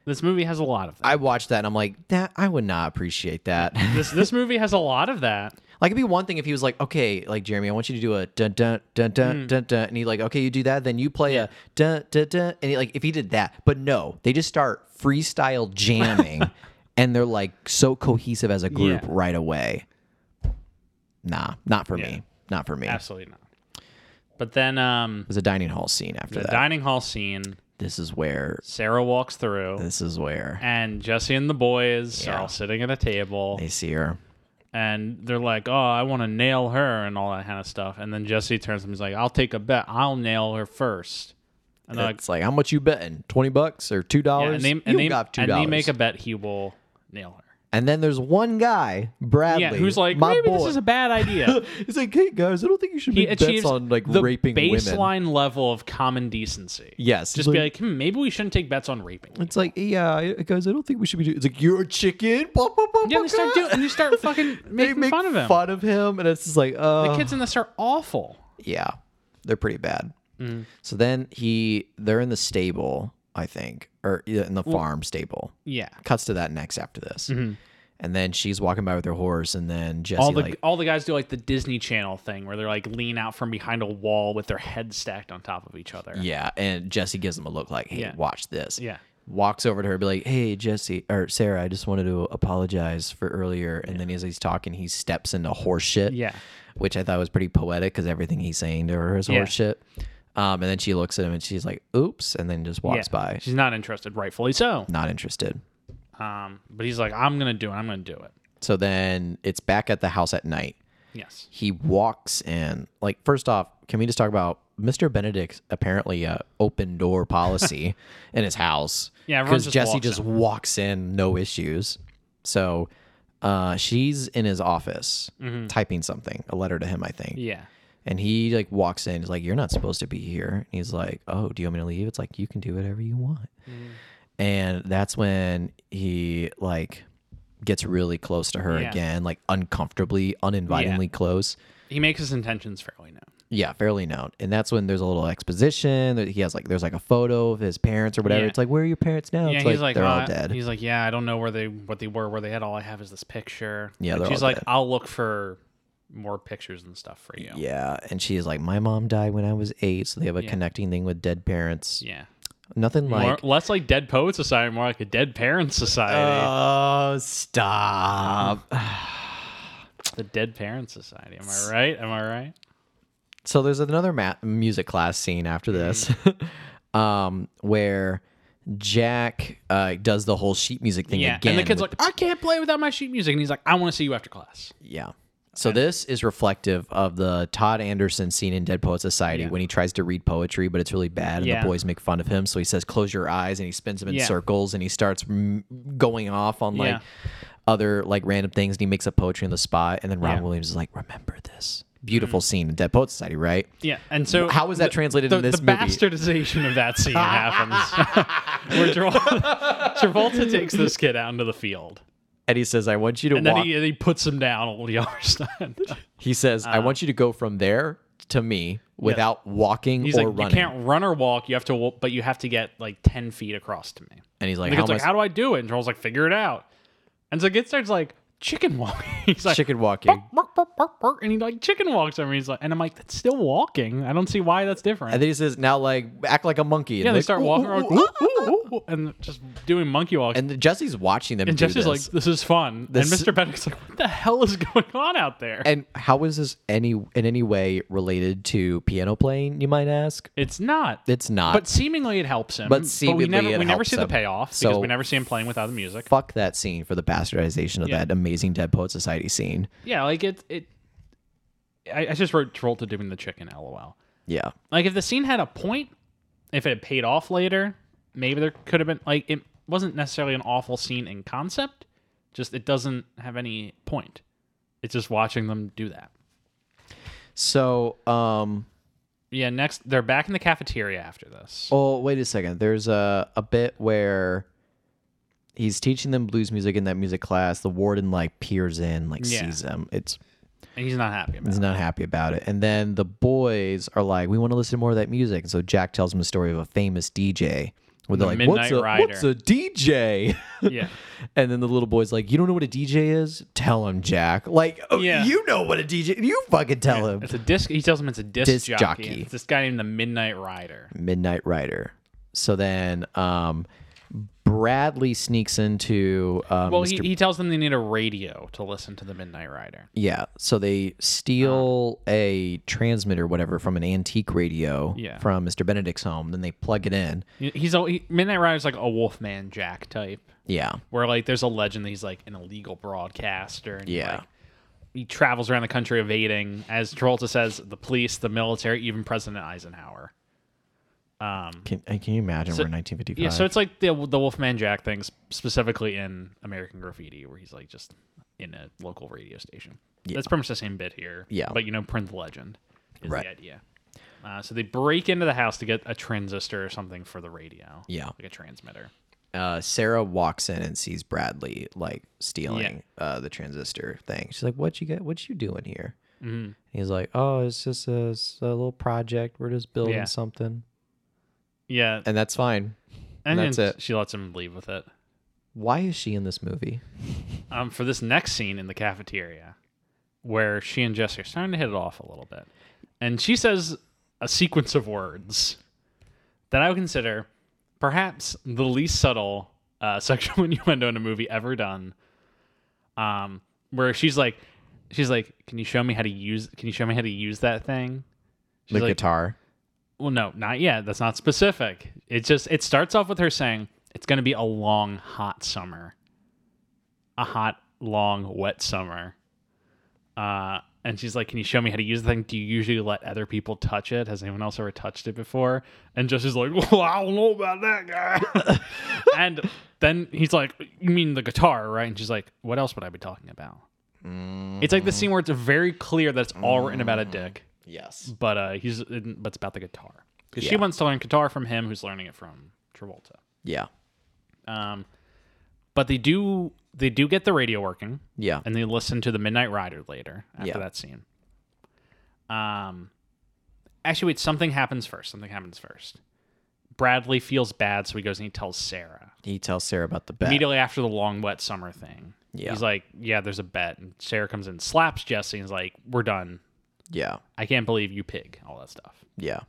This movie has a lot of that. I watched that and I'm like, that I would not appreciate that. <laughs> this this movie has a lot of that. like it'd be one thing if he was like, okay, like Jeremy, I want you to do a dun dun dun Mm. dun dun dun, and he like, okay, you do that, then you play a dun dun dun, and he, like if he did that, but no, they just start <laughs> freestyle jamming, and they're like so cohesive as a group Yeah. right away. Nah, not for Yeah. me, not for me. It Absolutely not. But then um was a dining hall scene after the that. dining hall scene, this is where. Sarah walks through This is where and Jesse and the boys are Yeah. all sitting at a table they see her. and they're like, "Oh, I want to nail her" and all that kind of stuff. And then Jesse turns to him and he's like, "I'll take a bet. I'll nail her first. And they're like, It's like, how much you betting? Twenty bucks or two yeah, dollars? and they, you and, they, got two and they dollars. make a bet he will nail her. And then there's one guy, Bradley, Yeah, who's like, my maybe boy. this is a bad <laughs> idea. He's like, hey guys, I don't think you should He make achieves bets on like the raping baseline women. level of common decency. Yes, just be like, hmm, maybe we shouldn't take bets on raping. it's like, yeah, I- guys, I don't think we should be doing. It's like you're a chicken. Blah, blah, blah, Yeah, blah, they start blah. doing, and they start <laughs> fucking They making make fun of him. Fun of him, and it's just like, uh, The kids in this are awful. yeah, they're pretty bad. Mm. So then he, they're in the stable, I think, or yeah, in the farm stable. Yeah, Cuts to that next after this, and then she's walking by with her horse, and then Jesse Mm-hmm. all the like all the guys do like the Disney Channel thing where they're like lean out from behind a wall with their heads stacked on top of each other. Yeah, and Jesse gives him a look like, "Hey, Yeah. watch this." Yeah. Walks over to her, be like, "Hey, Jesse or Sarah, I just wanted to apologize for earlier." And then as he's talking, he steps into horse shit. Yeah. which I thought was pretty poetic because everything he's saying to her is Yeah. horse shit. Um, and then she looks at him and she's like, "Oops," and then just walks Yeah. by, She's not interested, rightfully so. not interested. Um, but he's like, I'm gonna do it. I'm gonna do it. So then it's back at the house at night. Yes. He walks in. Like, first off, can we just talk about Mr. Benedict's apparently uh, open <laughs> door policy in his house? Yeah, everyone because just Jesse walks just walks in, no issues. So uh, she's in his office typing something, a letter to him, I think. Mm-hmm. Yeah. And he like walks in. He's like, "You're not supposed to be here." And he's like, "Oh, do you want me to leave?" It's like you can do whatever you want. Mm-hmm. And that's when he like gets really close to her Yeah. again, like uncomfortably, uninvitingly close. He makes his intentions fairly known. Yeah, fairly known. And that's when there's a little exposition. that He has like there's like a photo of his parents or whatever. Yeah. It's like, "Where are your parents now?" yeah, it's he's like, they're "Uh," all dead. He's like, yeah, I don't know where they what they were, where they had. All I have is this picture. Yeah, And they're she's all like, dead. I'll look for more pictures and stuff for you. Yeah, and she's like, "My mom died when I was eight, so they have a connecting thing with dead parents. Yeah. Nothing like More, less like Dead Poet Society, more like a Dead Parents Society. Oh, stop. the Dead Parents Society. Am I right? Am I right? <laughs> so there's another ma- music class scene after this Mm-hmm. <laughs> um, where Jack uh, does the whole sheet music thing Yeah. again. and the kid's with- like, I can't play without my sheet music. And he's like, I want to see you after class. yeah. So this is reflective of the Todd Anderson scene in Dead Poet Society when he tries to read poetry, but it's really bad, and Yeah. the boys make fun of him. So he says, "Close your eyes," and he spins them in Yeah. circles, and he starts m- going off on like Yeah. other like random things, and he makes up poetry on the spot. And then Ron Yeah. Mm. Williams is like, "Remember this beautiful scene in Dead Poet Society, right?" Yeah. And so How was that translated the, in this the movie? bastardization of that <laughs> scene happens. <laughs> Where <laughs> Travolta, Travolta takes this kid out into the field. And he says, "I want you to And then walk." he, he puts him down a <laughs> little yard He says, uh, "I want you to go from there to me without walking He's or like, running." you can't run or walk. You have to, wa- but you have to get like ten feet across to me. And he's like, And the "How kid's like, much how do I do it? And Charles like, figure it out. And so the kid starts like chicken <laughs> walking. He's like, chicken walking?" "Bark, bark, bark, bark," and he like chicken walks over. and He's like, and I'm like, that's still walking. I don't see why that's different. And then he says, "Now like act like a monkey." And yeah, they like, start "Ooh, walking ooh, around, ooh, ooh." "Ooh, ooh, ooh," and just doing monkey walks. And, And Jesse's watching them. do Jesse's this. like, this is fun. This- and Mr. Bennett's like, what the hell is <laughs> going on out there? "And how is this any in any way related to piano playing?" You might ask. it's not. It's not. But seemingly it helps him. But we seemingly never, it we never helps see the him. payoff So- because we never see him playing without the music. Fuck that scene for the bastardization of Yeah. that amazing Dead Poet Society scene. Yeah, like it. It. I, I just wrote Travolta doing the chicken. LOL. Yeah. Like if the scene had a point, if it had paid off later, maybe there could have been like it wasn't necessarily an awful scene in concept, just it doesn't have any point. It's just watching them do that. So, um, Yeah, next they're back in the cafeteria after this. oh, wait a second. There's a, a bit where he's teaching them blues music in that music class. The warden like peers in, like Yeah. sees them. It's And he's not happy about He's it. not happy about it. And then the boys are like, we want to listen to more of that music. And so Jack tells him a story of a famous DJ. Where they're The like, what's Midnight a, Rider." what's a DJ? Yeah. <laughs> and then the little boy's like, you don't know what a DJ is? Tell him, Jack. Like, oh, Yeah. you know what a DJ You fucking tell him. It's a disc he tells him it's a disc, Disc jockey. jockey. It's this guy named the Midnight Rider. Midnight Rider. So then um, Bradley sneaks into um, Well, Mr. he, he tells them they need a radio to listen to the Midnight Rider. Yeah. So they steal a transmitter, whatever, from an antique radio Yeah. from Mr. Benedict's home. Then they plug it in. He's a, he, Midnight Rider's like a Wolfman Jack type, Yeah. where like there's a legend that he's like an illegal broadcaster. And he, Yeah. like, he travels around the country evading, as Travolta says, the police, the military, even President Eisenhower. Can, uh, can you imagine we're in 1955? Yeah, so it's like the the Wolfman Jack thing, s- specifically in American Graffiti, where he's like just in a local radio station. That's pretty much the same bit here. Yeah. but you know, print the legend is Right. the idea. Uh, so they break into the house to get a transistor or something for the radio. Yeah. like a transmitter. uh, Sarah walks in and sees Bradley like stealing uh, the transistor thing. She's like, "What you got? What you doing here?" Mhm. He's like, "Oh, it's just a, it's a little project. We're just building Yeah. something, Yeah, and, and that's fine." then that's it. she lets him leave with it. Why is she in this movie? Um, for this next scene in the cafeteria, where she and Jesse are starting to hit it off a little bit, and she says a sequence of words that I would consider perhaps the least subtle uh, <laughs> sexual innuendo in a movie ever done. Um, where she's like, she's like, "Can you show me how to use? Can you show me how to use that thing?" She's like, guitar. well, no, not yet. That's not specific. It just it starts off with her saying it's going to be a long hot summer, a hot long wet summer. Uh, and she's like, "Can you show me how to use the thing? Do you usually let other people touch it? Has anyone else ever touched it before?" And Jesse's like, <laughs> "Well, I don't know about that guy." <laughs> and then he's like, "You mean the guitar, right?" And she's like, "What else would I be talking about?" It's like the scene where it's very clear that it's all written about a dick Yes. but uh he's but it's about the guitar 'Cause she wants to learn guitar from him who's learning it from travolta Yeah. um but they do they do get the radio working Yeah. and they listen to the midnight rider later after Yeah. that scene um actually wait something happens first something happens first bradley feels bad so he goes and he tells sarah He tells Sarah about the bet. immediately after the long wet summer thing Yeah. he's like yeah there's a bet and sarah comes in slaps jesse and is like we're done Yeah. i can't believe you pig all that stuff Yeah.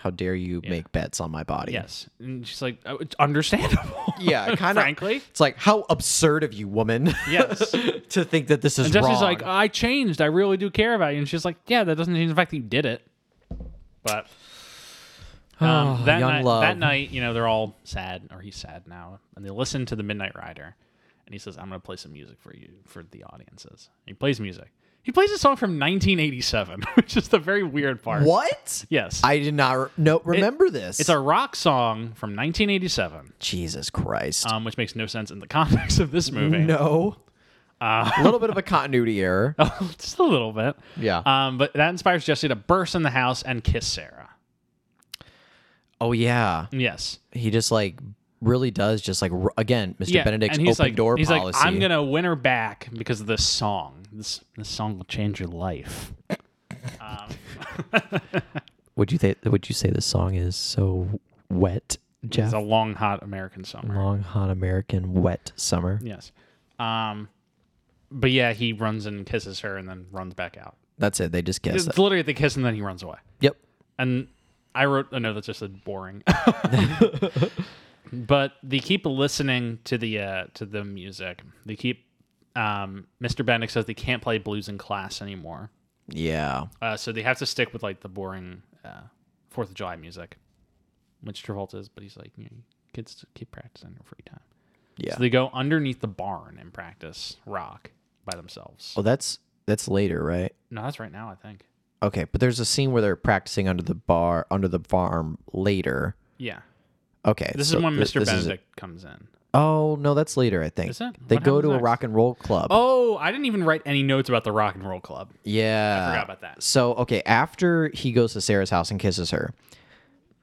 How dare you make bets on my body? Yes, and she's like, oh, it's understandable. <laughs> Yeah. Kind <laughs> of. frankly. It's like, how absurd of you, woman. Yes. <laughs> to think that this is Jesse's wrong. like, I changed. I really do care about you. And she's like, Yeah, that doesn't change the fact that you did it. But um, <sighs> Oh, that young night, love. that night, you know, they're all sad, or he's sad now, and they listen to the Midnight Rider, and he says, "I'm going to play some music for you for the audiences." He plays music. He plays a song from 1987, <laughs> which is the very weird part. what? Yes, I did not re- no remember this. it's a rock song from 1987, Jesus Christ. um, which makes no sense in the <laughs> context of this movie. no. Uh, a little bit of a <laughs> continuity error. Oh. just a little bit. Yeah. Um, but that inspires Jesse to burst in the house and kiss Sarah. oh yeah. Yes. He just like really does just like r- again, Mr. Benedict's and he's open like, door he's policy. like, I'm gonna win her back because of this song. This this song will change your life. Would you think would you say this song is so wet, Jeff? It's a long, hot American summer. Long hot American wet summer. Yes. Um, but yeah, he runs and kisses her and then runs back out. That's it. They just It's guess that. literally the kiss and then he runs away. Yep. And I wrote a note that just said <laughs> boring. but they keep listening to the uh, to the music. They keep um, Mr. Bendick says they can't play blues in class anymore, Yeah. uh, so they have to stick with like the boring uh, Fourth of July music, which Travolta is. But he's like, you know, kids keep practicing in your free time. Yeah. So they go underneath the barn and practice rock by themselves. Oh. Well, that's that's later, right? No, that's right now. I think Okay, but there's a scene where they're practicing under the bar, under the farm later. Yeah. Okay, This so is when thi- Mr. this is it. Benedict comes in. oh no, that's later. I think Is it? they What go happens to a next? rock and roll club. Oh, I didn't even write any notes about the rock and roll club. Yeah. forgot about that. So, okay, after he goes to Sarah's house and kisses her,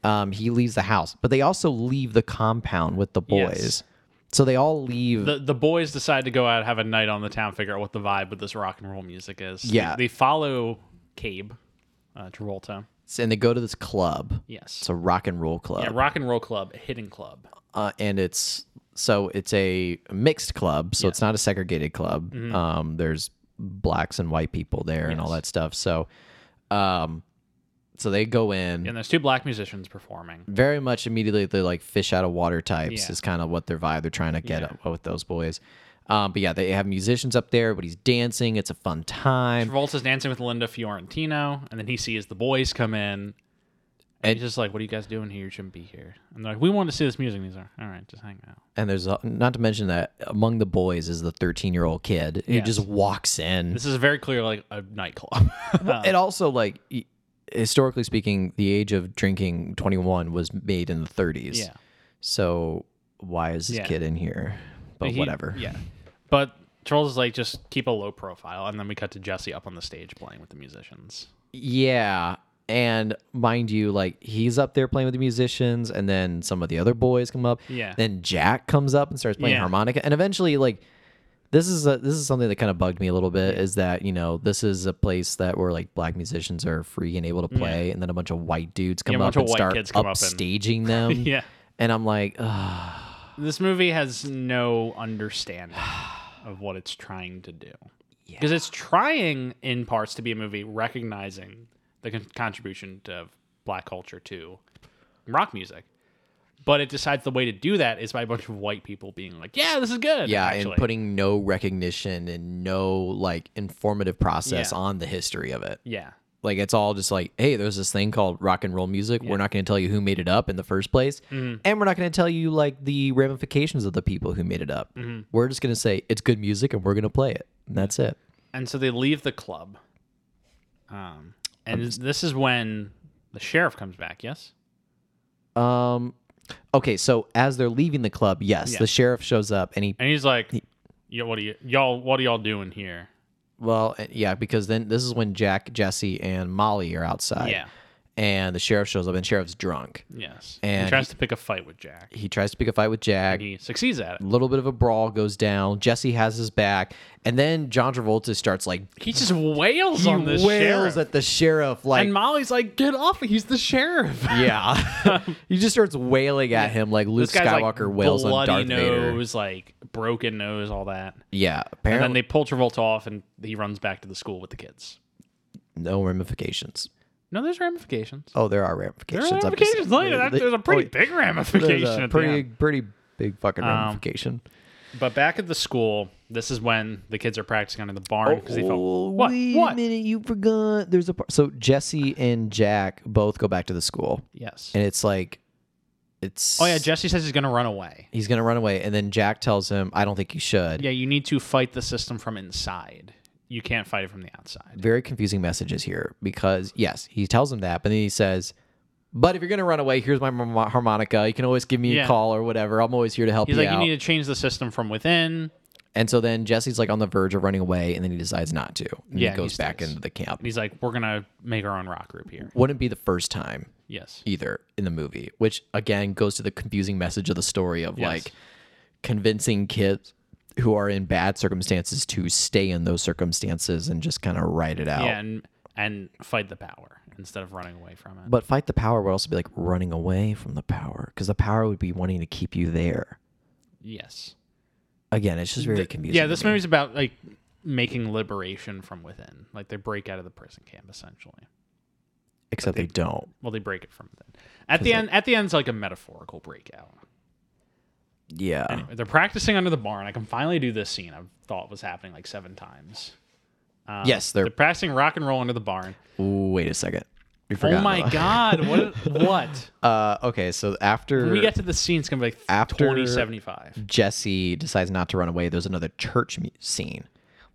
um, he leaves the house, but they also leave the compound with the boys. Yes. So they all leave. The the boys decide to go out have a night on the town, figure out what the vibe with this rock and roll music is. They- Yeah. They, follow Cabe, uh, Travolta. and they go to this club. Yes. It's a rock and roll club. Yeah, rock and roll club, a hidden club. uh, and it's so it's a mixed club, so it's not a segregated club. Um, there's blacks and white people there and all Mm-hmm. Yes. that stuff. So, um, so they go in And there's two black musicians performing. very much immediately they're like fish out of water types Yeah. is kind of what their vibe they're trying to get Yeah. up with those boys. Um, but yeah, they have musicians up there, but he's dancing. It's a fun time. Travolta's dancing with Linda Fiorentino, and then he sees the boys come in. And he's just like, "What are you guys doing here? You shouldn't be here." And they're like, "We want to see this music." And he's like, "All right, just hang out." And there's a, not to mention that among the boys is the 13 year old kid who Yes. just walks in. This is very clear, like a nightclub. It also like y- historically speaking, the age of drinking 21 was made in the 30s. yeah. So why is this Yeah. kid in here? But He- whatever. <laughs> Yeah. But Trolls is like, just keep a low profile. And then we cut to Jesse up on the stage playing with the musicians. Yeah. And mind you, like he's up there playing with the musicians, and then some of the other boys come up. Yeah. Then Jack comes up and starts playing Yeah. harmonica, and eventually, like this is a, this is something that kind of bugged me a little bit. Is that you know this is a place that where like black musicians are free and able to play, and then a bunch of white dudes come a up bunch of and white start kids come up and- upstaging them. <laughs> Yeah. And I'm like, Ugh, This movie has no <sighs> understanding of what it's trying to do. Because it's trying, in parts, to be a movie recognizing the con- contribution of black culture to rock music. But it decides the way to do that is by a bunch of white people being like, yeah, this is good. yeah, actually. and putting no recognition and no like informative process Yeah. on the history of it. Yeah. Like it's all just like, hey, there's this thing called rock and roll music. We're not going to tell you who made it up in the first place, Mm-hmm. and we're not going to tell you like the ramifications of the people who made it up. Mm-hmm. We're just going to say it's good music, and we're going to play it. And that's it. and so they leave the club. Um, and this is when the sheriff comes back. Yes, Um, okay, so as they're leaving the club, yes, Yeah. the sheriff shows up, and he and he's like, "Yeah, what are you, y'all? What are y'all doing here?" well, uh, yeah, because then this is when Jack, Jesse, and Molly are outside, Yeah, and the sheriff shows up, and sheriff's drunk. yes. And he tries to pick a fight with Jack. He tries to pick a fight with Jack. He succeeds at it. little bit of a brawl goes down. Jesse has his back, and then John Travolta starts like He <laughs> just wails he on this wails sheriff, at the sheriff like and Molly's like, "Get off! He's the sheriff." <laughs> yeah. <laughs> he just starts wailing at him like Luke This guy's like, Skywalker wails on bloody Darth Vader. nose, like broken nose, all that. Yeah, And then apparently they pull Travolta off, and he runs back to the school with the kids. no ramifications. No, there's ramifications. Oh, there are ramifications. There are I'm just- ramifications later. That, they- there's a pretty big oh, ramification. there's at a the pretty end. Um, pretty big fucking ramification. But back at the school, this is when the kids are practicing under the barn because they felt what wait what a minute, you forgot. There's a part. So Jesse and Jack both go back to the school, yes. and it's like, it's Oh yeah, Jesse says he's gonna run away. He's gonna run away, and then Jack tells him, "I don't think you should." Yeah, you need to fight the system from inside. You can't fight it from the outside. Very confusing messages here because yes, he tells him that, but then he says, "But if you're gonna run away, here's my mar- harmonica. You can always give me a Yeah. call or whatever. I'm always here to help He's you like, out." you need to change the system from within. and so then Jesse's like on the verge of running away, and then he decides not to. And Yeah, he he goes back stays. into the camp. And he's like, we're gonna make our own rock group here. Wouldn't be the first time Yes. either in the movie, which again goes to the confusing message of the story of Yes. like convincing kids who are in bad circumstances to stay in those circumstances and just kind of ride it out. Yeah, and and fight the power instead of running away from it. But fight the power would also be like running away from the power because the power would be wanting to keep you there. yes. Again, it's just very confusing. Yeah, to this me. movie's about like making liberation from within. Like they break out of the prison camp essentially. except they don't. Well, they break it from then. At the end, at the end's like a metaphorical breakout. <clears throat> Yeah, They're practicing under the barn. I can finally do this scene. I thought was happening like seven times. Um, Yes, they're- they're practicing rock and roll under the barn. Ooh, wait a second. We oh forgot. my about- god! What? what? <laughs> Uh, okay, so after When we get to the scene, it's gonna be like After- twenty seventy five. Jesse decides not to run away, there's another church mu- scene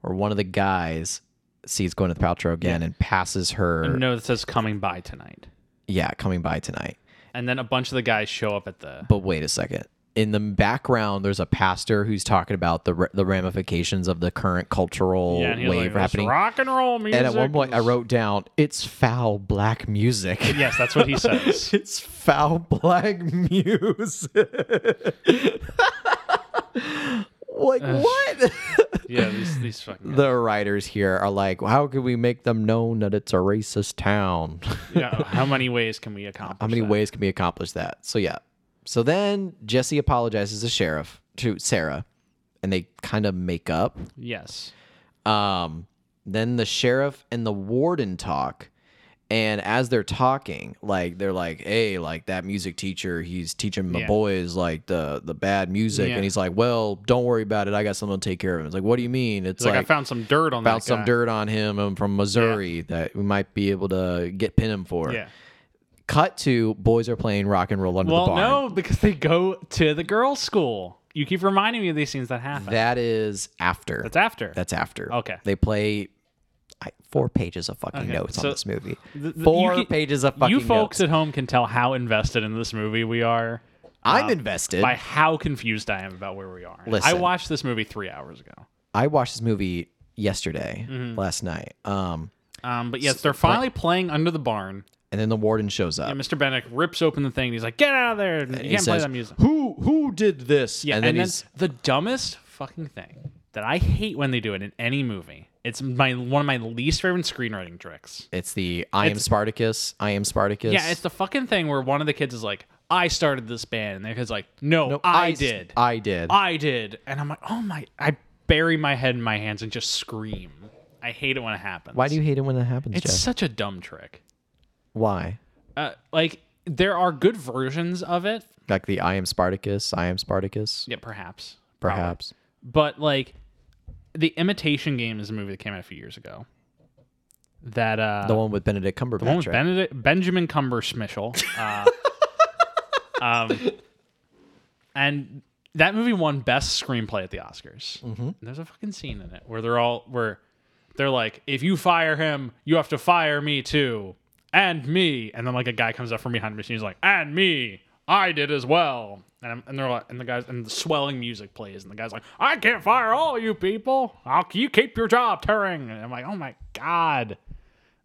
where one of the guys sees Gwyneth Paltrow again and passes her. No, that says coming by tonight. Yeah, coming by tonight. And then a bunch of the guys show up at the. But wait a second. In the background, there's a pastor who's talking about the ra- the ramifications of the current cultural Yeah, and he's wave like, "This happening. rock and roll music. And at one point, I is-" wrote down, "It's foul black music." <laughs> Yes, that's what he says. it's foul black music. <laughs> like what? <laughs> yeah, these, these fucking. the writers here are like, how could we make them known that it's a racist town? <laughs> Yeah, how many ways can we accomplish? How many that? ways can we accomplish that? So yeah. So then Jesse apologizes to sheriff to Sarah, and they kind of make up. Yes. Um, then the sheriff and the warden talk. And as they're talking, like they're like, "Hey, like that music teacher, he's teaching my Yeah. boys like the the bad music." Yeah. And he's like, "Well, don't worry about it. I got someone to take care of him." It's like, "What do you mean?" It's It's like, I found some dirt on found that some guy. dirt on him um, from Missouri that we might be able to get pin him for. Yeah. Cut to boys are playing rock and roll under Well, the barn. no, because they go to the girls' school. You keep reminding me of these scenes that happen. That is after. That's after. That's after. Okay. They play I, four pages of fucking Okay, notes so on this movie. th- you four can- pages of fucking you folks notes. at home can tell how invested in this movie we are I'm invested. by how confused I am about where we are. I Listen. watched this movie three hours ago. I watched this movie yesterday, Mm-hmm. last night. Um, Um, but yes, they're finally playing under the barn, and then the warden shows up. and Mr. Bennett rips open the thing. And he's like, "Get out of there! You can't he play says, that music." "Who who did this?" Yeah, and and, then then, he's the dumbest fucking thing that I hate when they do it in any movie. It's my one of my least favorite screenwriting tricks. it's the I am Spartacus. I am Spartacus. Yeah, it's the fucking thing where one of the kids is like, "I started this band," and the kid's like, "No, No, I, s- did, I, I did. did," and I'm like, "Oh my!" I bury my head in my hands and just scream. I hate it when it happens. Why do you hate it when that happens, It's Jeff? such a dumb trick. Why? Uh, like there are good versions of it. Like the I am Spartacus, I am Spartacus, Yeah, perhaps, probably. perhaps. But like, the Imitation Game is a movie that came out a few years ago. That uh, The one with Benedict Cumberbatch. one with right? Benedict, Benjamin Cumber Smishel. Uh, um, and that movie won best screenplay at the Oscars. And There's a fucking scene in it where they're all where they're like, if you fire him, you have to fire me too, and me. And then like a guy comes up from behind the machine, he's like, and me. I did as well, and, I'm, and they're like, and the guys, and the swelling music plays, and the guy's like, "I can't fire all you people. I'll you keep your job, Turing." And I'm like, "Oh my god!"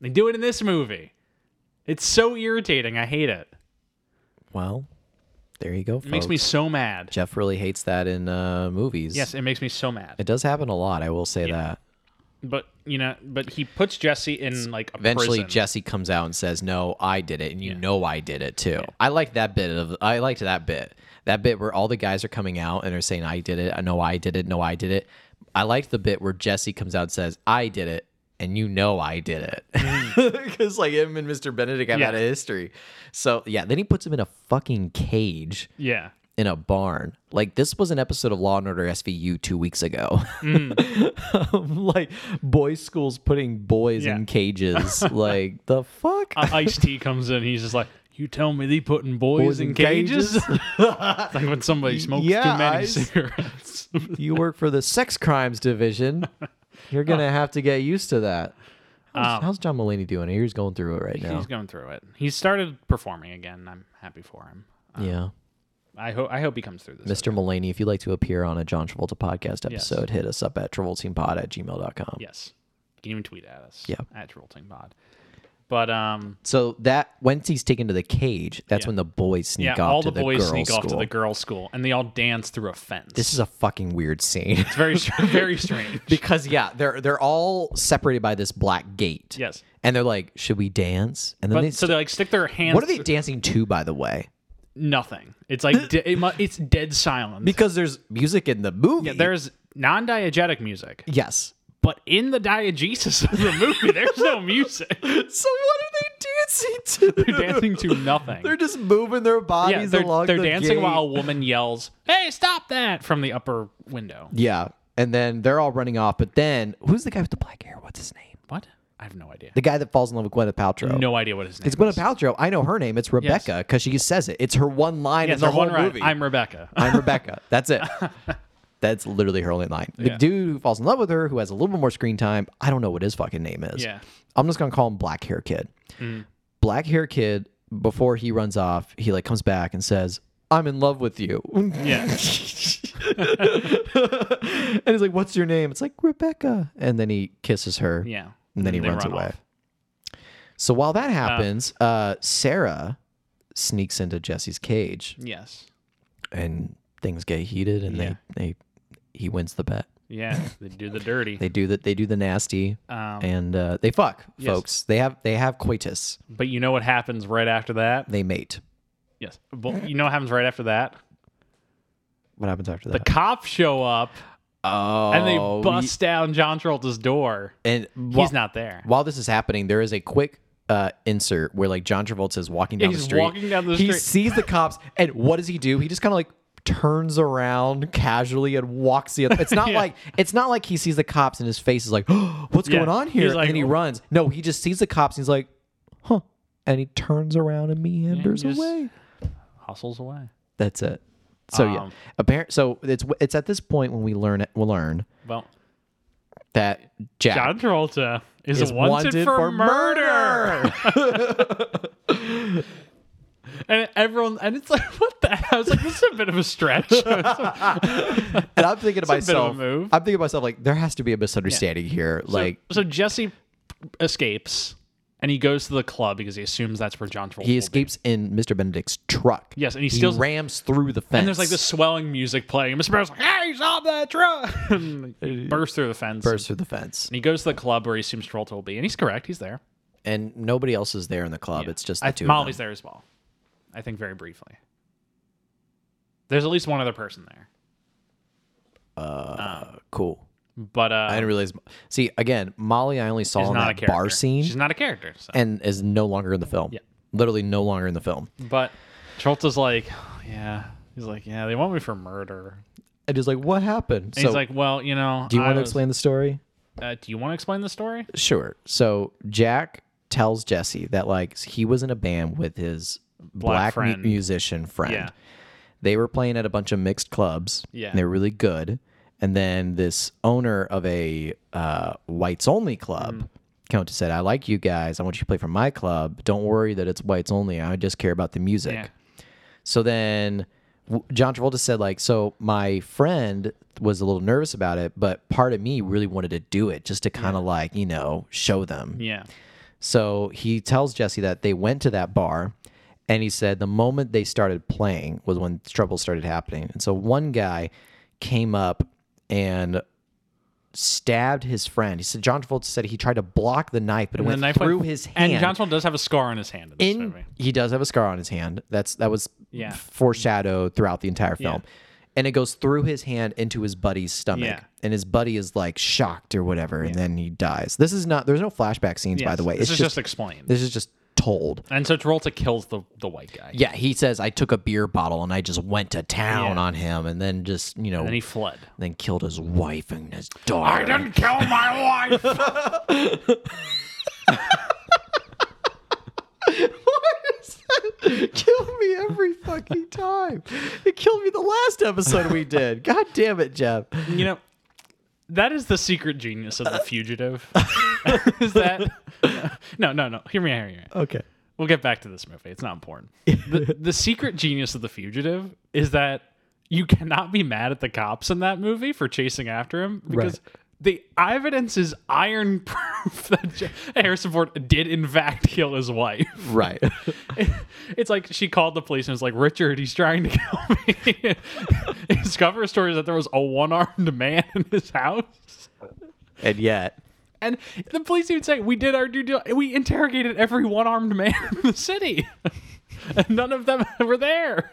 They do it in this movie. It's so irritating. I hate it. Well, there you go. Folks. It makes me so mad. Jeff really hates that in uh, movies. Yes, it makes me so mad. It does happen a lot, I will say that. But you know, but he puts Jesse in like a Eventually prison. Jesse comes out and says, "No, I did it." And you know I did it too. I like that bit of I liked that bit. That bit where all the guys are coming out and are saying, "I did it. I know I did it. No, I did it." I liked the bit where Jesse comes out and says, "I did it." And you know I did it <laughs> because like him and Mr. Benedict have Mm. Yeah. had a history. So yeah, then he puts him in a fucking cage yeah, in a barn. Like this was an episode of Law and Order SVU two weeks ago. <laughs> like boys' schools putting boys Mm. Yeah. <laughs> in cages. like the fuck. uh, Ice T comes in. He's just like, "You tell me they putting boys, in cages?" <laughs> It's <laughs> like when somebody smokes yeah, too many Ice. <laughs> cigarettes. you work for the sex <laughs> crimes division. You're gonna have to get used to that. How's, how's John Mulaney doing? He's going through it right now. Um, He's going through it. He started performing again. I'm happy for him. Yeah, I hope I hope he comes through this. Mr. Mulaney, if you'd like to appear on a John Travolta podcast episode, hit us up at travoltingpod at gmail.com. Yes, you can even tweet at us. Yeah. at Rolting Pod. But um, So that once he's taken to the cage, that's when the boys sneak yeah, off all to the boys girls' sneak school. off to the girls' school, and they all dance through a fence. this is a fucking weird scene <laughs> It's very str- <laughs> very strange. because yeah they're they're all separated by this black gate Yes. and they're like should we dance and then they But, so they like stick their hands. what are they through- dancing to by the way Nothing. It's like de- it mu- it's dead silence. because there's music in the movie Yeah, there's non-diegetic music, <laughs> yes but in the diegesis of the movie, there's no <laughs> music. so what <laughs> are they dancing to They're <laughs> dancing to nothing. they're just moving their bodies yeah, they're, along they're the dancing gate. while a woman yells, "Hey, stop that!" from the upper window. yeah and then they're all running off but then who's the guy with the black hair what's his name What? I have no idea. the guy that falls in love with Gwyneth Paltrow No idea what his name. it's Gwyneth Paltrow I know her name it's Rebecca because she says it it's her one line is. Yes, in the our whole <laughs> one ride. movie I'm Rebecca. <laughs> I'm Rebecca. That's it. That's literally her only line. The Yeah. dude who falls in love with her, who has a little bit more screen time, I don't know what his fucking name is. Yeah. Mm. I'm just gonna call him Black Hair Kid. Black Hair Kid. Before he runs off, he like comes back and says, "I'm in love with you." Yeah. <laughs> and he's like, "What's your name?" It's like Rebecca, and then he kisses her, Yeah. and then he They runs run away. off. So while that happens, uh, Sarah sneaks into Jesse's cage, Yes. and things get heated, and Yeah. they they he wins the bet. Yeah. <laughs> They do the dirty. They do that. They do the nasty, Um, and uh, they fuck, Yes. folks. They have they have coitus. but you know what happens right after that? They mate. Yes. Well, you know what happens right after that? What happens after The that? cops show up oh, and they bust down John Travolta's door. And He's wh- not there. While this is happening, there is a quick uh, insert where like John Travolta is walking down the He's street. walking down the he street. sees the cops, and what does he do? He just kind of like turns around casually and walks the other. It's <laughs> not Yeah. like it's not like he sees the cops and his face is like, <gasps> "What's Yeah. going on here?" He's like, and then he "Oh." runs. No, he just sees the cops. and He's like, "Huh," and he turns around and meanders just- away. Hustles away. That's it. So yeah, Um, apparent. So it's it's at this point when we learn it. We learn Well, that Jack John Travolta is, is wanted, for, murder. murder. And everyone, and it's like, <laughs> what the? hell? I was like, this is a bit of a <laughs> stretch. And I'm thinking to It's a bit of a myself, move. I'm thinking to myself, like, there has to be a misunderstanding here. Like, so Jesse escapes, and he goes to the club because he assumes that's where John Travolta. he will be. escapes in Mr. Benedict's truck. Yes, and he steals- rams through the fence. And there's like this swelling music playing. And Mr. Brown's like, hey, stop that truck! <laughs> and he bursts through the fence. bursts through the fence, And he goes to the club where he assumes Travolta will be, and he's correct. He's there. and nobody else is there in the club. It's just the I, two. Molly's of them. there as well. I think very briefly. There's at least one other person there, Um, Uh, cool. but uh, I didn't realize. See, again, Molly, I only saw she's in not a that character. bar scene, She's not a character. So. and is no longer in the film. Yeah. Literally, no longer in the film. But Travolta's like, "Oh, yeah. He's like, yeah, they want me for murder. And he's like, "What happened?" And so, he's like, well, you know, "Do you I want to was- explain the story?" Uh, do you want to explain the story? Sure. So Jack tells Jesse that like he was in a band with his black, mu- friend. musician friend. Yeah. They were playing at a bunch of mixed clubs. Yeah. and they were really good. And then this owner of a uh, whites only club Mm. came up to said, "I like you guys. I want you to play for my club. Don't worry that it's whites only. I just care about the music." Yeah. So then w- John Travolta said, like, so my friend was a little nervous about it, but part of me really wanted to do it just to kind of like, you know, show them. Yeah. So he tells Jesse that they went to that bar and he said the moment they started playing was when trouble started happening. And so one guy came up and stabbed his friend. He said John Travolta said he tried to block the knife, but it And went the knife through went- his hand. And John Travolta does have a scar on his hand in this In- movie. he does have a scar on his hand. That's that was Yeah. foreshadowed throughout the entire film. And it goes through his hand into his buddy's stomach. Yeah. And his buddy is like shocked or whatever, and then he dies. This is not there's no flashback scenes by Yes, the way. this it's is just, just, explained. this is just told. and so Travolta kills the, the white guy. Yeah, he says I took a beer bottle and I just went to town Yeah. on him and then just, you know, And he fled. then killed his wife and his daughter. <laughs> kill my wife. Kill me every fucking time. It killed me the last episode we did. God damn it, Jeff. you know, that is the secret genius of the fugitive. <laughs> is that? No, no, no. Hear me out. Hear me out. Okay. We'll get back to this movie. It's not important. The, the secret genius of The Fugitive is that you cannot be mad at the cops in that movie for chasing after him because the evidence is iron <laughs> proof that J- Harrison Ford did, in fact, kill his wife. <laughs> Right. It's like she called the police and was like, Richard, he's trying to <laughs> kill me. <laughs> his cover story is that there was a one armed man in his house. and yet, And the police even say, We did our due deal. We interrogated every one armed man <laughs> in the city. and none of them <laughs> were there.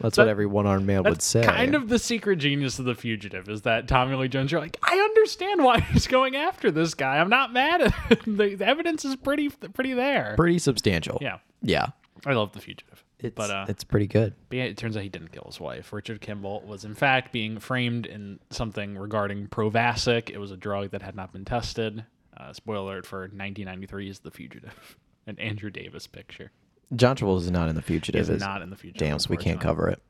that's what every one armed man would say. Kind of the secret genius of the fugitive is that Tommy Lee Jones, you're like, I understand why <laughs> he's going after this guy. I'm not mad at him. <laughs> The, the evidence is pretty pretty there. pretty substantial. yeah. Yeah. I love the fugitive. It's, but uh it's pretty good. but yeah, it turns out he didn't kill his wife. Richard Kimball was in fact being framed in something regarding Provasic. It was a drug that had not been tested. Uh, spoiler alert for 1993 is The Fugitive, <laughs> an Andrew Davis picture. John Travolta is not in the fugitive. Is is- not in The Fugitive. Damn, so we can't unfortunately. cover it.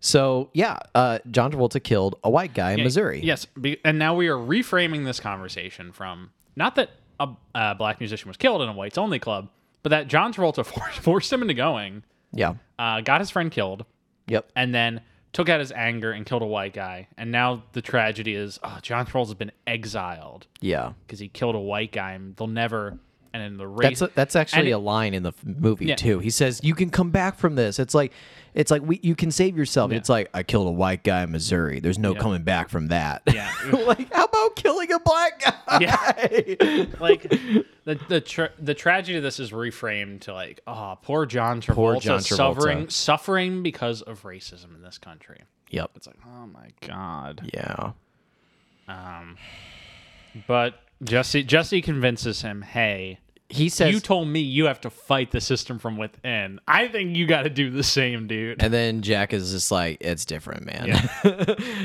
So yeah, uh, John Travolta killed a white guy in Missouri. Yes, be- and now we are reframing this conversation from not that a, a black musician was killed in a whites only club, but that John Travolta <laughs> forced, forced him into going, Yeah. uh, got his friend killed, Yep. and then took out his anger and killed a white guy. And now the tragedy is oh, John Travolta's been exiled Yeah. because he killed a white guy, and they'll never. And in the race, <laughs> That's a, that's actually and- a line in the f- movie Yeah. too. He says, "You can come back from this." It's like, it's like we you can save yourself. It's like I killed a white guy in Missouri. There's no coming back from that. Yeah. <laughs> like how about killing a black guy? Yeah. like the the tra- the tragedy of this is reframed to like oh poor John Travolta, Poor John Travolta. suffering suffering because of racism in this country. yep. It's like oh my god. Yeah. But Jesse Jesse convinces him, hey. He says, You told me you have to fight the system from within. I think you got to do the same, dude. and then Jack is just like, "It's different, man.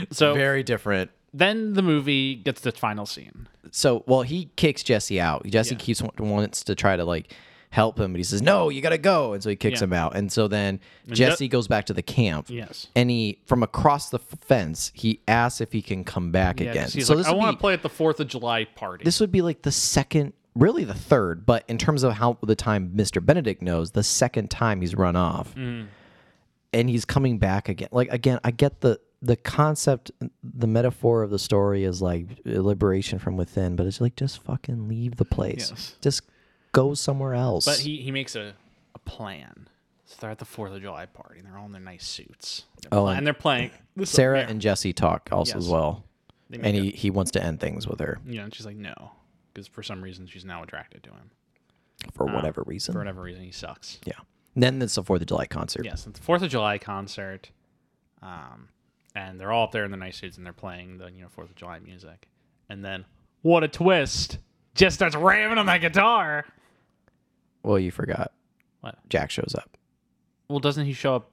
<laughs> So Very different." then the movie gets the final scene. so well he kicks jesse out jesse keeps wants to try to like help him but he says no you gotta go and so he kicks Yeah. him out and so then jesse goes back to the camp Yes. and he from across the f- fence he asks if he can come back Yeah, 'cause again he's so like, this I would want to be, play at the Fourth of July party. this would be like the second really the third but in terms of how the time mr benedict knows the second time he's run off Mm. and he's coming back again like again i get the the concept the metaphor of the story is like liberation from within but it's like just fucking leave the place Yes. just go somewhere else But he, he makes a, a plan. So they're at the Fourth of July party. and They're all in their nice suits. oh, and, they're <laughs> playing this up sarah there. and jesse talk also as Yes. well They and make he, he wants to end things with her you know, and she's like, no, because for some reason she's now attracted to him. for whatever reason Ah, For whatever reason, he sucks. yeah and then it's the fourth of july concert Yes, it's the Fourth of July concert, um, and they're all up there in their nice suits and they're playing the you know Fourth of July music. And then what a twist! Just starts ramming on that guitar. well you forgot What? jack shows up Well, doesn't he show up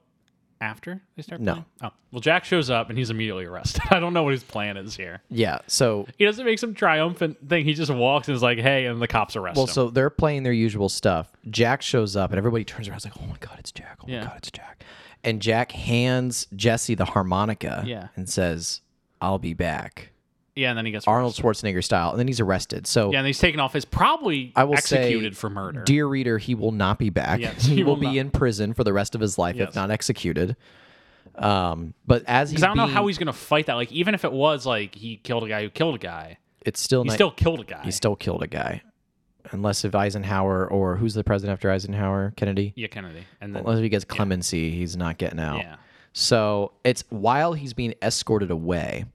after they start No. playing? Oh, well, Jack shows up and he's immediately arrested. <laughs> I don't know what his plan is here. yeah so He doesn't make some triumphant thing. He just walks and is like, "Hey," and the cops arrest Well, him. so they're playing their usual stuff. Jack shows up, and everybody turns around. It's like, oh my god, it's Jack! Oh Yeah. my god, it's Jack! And Jack hands Jesse the harmonica, Yeah. and says, "I'll be back." yeah, and then he gets Arnold Schwarzenegger style, and then he's arrested. So, Yeah, and he's taken off his probably I will say, executed for murder. dear reader, he will not be back. Yes, <laughs> he, he will, will be not. in prison for the rest of his life Yes. if not executed. Um, but as he's Because I don't know being- how he's gonna fight that. Like, even if it was like he killed a guy who killed a guy, it's still he not, still killed a guy. he still killed a guy, unless if Eisenhower or who's the president after Eisenhower, Kennedy. yeah, Kennedy, and then Unless he gets clemency, he's not getting out. yeah, So it's while he's being escorted away,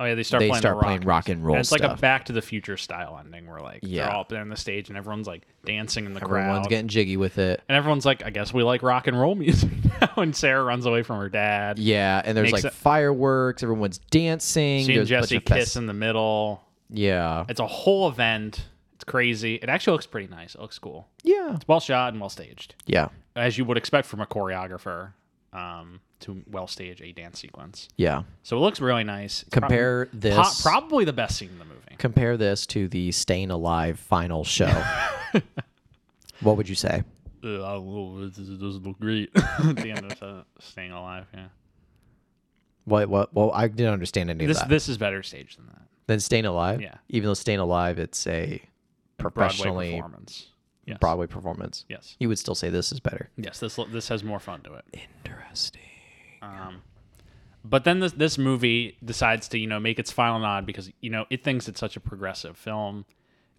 oh yeah, they start they playing the start rock. playing rock and roll And it's like a stuff. Back to the Future style ending, where like Yeah. they're all up there on the stage and everyone's like dancing in the Everyone's crowd, getting jiggy with it. and everyone's like, "I guess we like rock and roll <laughs> music now." And Sarah runs away from her dad. Yeah, and there's Makes it- like fireworks. Everyone's dancing. She and There's a bunch Jesse of fest- kiss in the middle. Yeah, It's a whole event. It's crazy. It actually looks pretty nice. It looks cool. yeah, Well shot and well staged, yeah, as you would expect from a choreographer um, to well stage a dance sequence. yeah. So it looks really nice. It's prob- Compare this. po- probably the best scene in the movie. compare this to the Staying Alive final show. <laughs> what would you say? it doesn't look great. <laughs> At the end of the Staying Alive, yeah. What? What? Well, I didn't understand any This of that. this is better staged than that. Then Staying Alive. Yeah. Even though Staying Alive, it's a Broadway professionally performance. Yes. Broadway performance. Yes. You would still say this is better. Yes. This lo- this has more fun to it. Interesting. Um, but then this this movie decides to you know make its final nod because you know it thinks it's such a progressive film.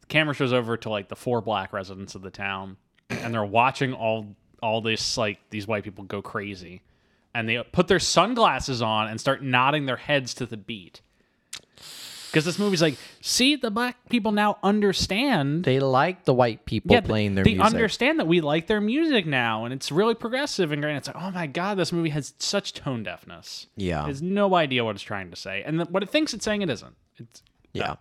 The camera shows over to like the four black residents of the town, and they're watching all all this like these white people go crazy, and they put their sunglasses on and start nodding their heads to the beat. Because this movie's like, see, the black people now understand. They like the white people th- playing their they music. understand that we like their music now, and it's really progressive and great. It's like, oh my god, this movie has such tone deafness. Yeah. It has no idea what it's trying to say, and th- what it thinks it's saying, it isn't. It's yeah.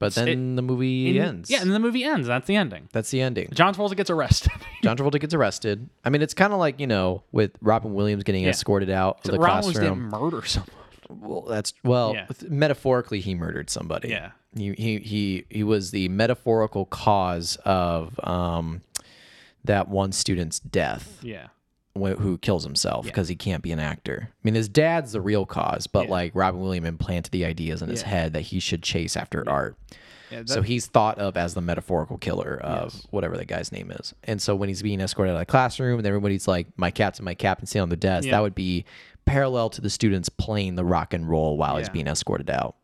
But then the movie ends. yeah, and the movie ends. That's the ending. that's the ending. John Travolta gets arrested. <laughs> John Travolta gets arrested. I mean, it's kind of like you know, with Robin Williams getting escorted out of the Ron was didn't classroom. murder someone. Well, that's well, Yeah. th- metaphorically, he murdered somebody. Yeah. he he he he was the metaphorical cause of um that one student's death. Yeah, wh- who kills himself because he can't be an actor. I mean, his dad's the real cause, but like Robin Williams implanted the ideas in his head that he should chase after art. so he's thought of as the metaphorical killer of whatever that guy's name is. And so when he's being escorted out of the classroom and everybody's like, my cat's in my cap and sitting on the desk, that would be parallel to the students playing the rock and roll while he's Yeah. being escorted out.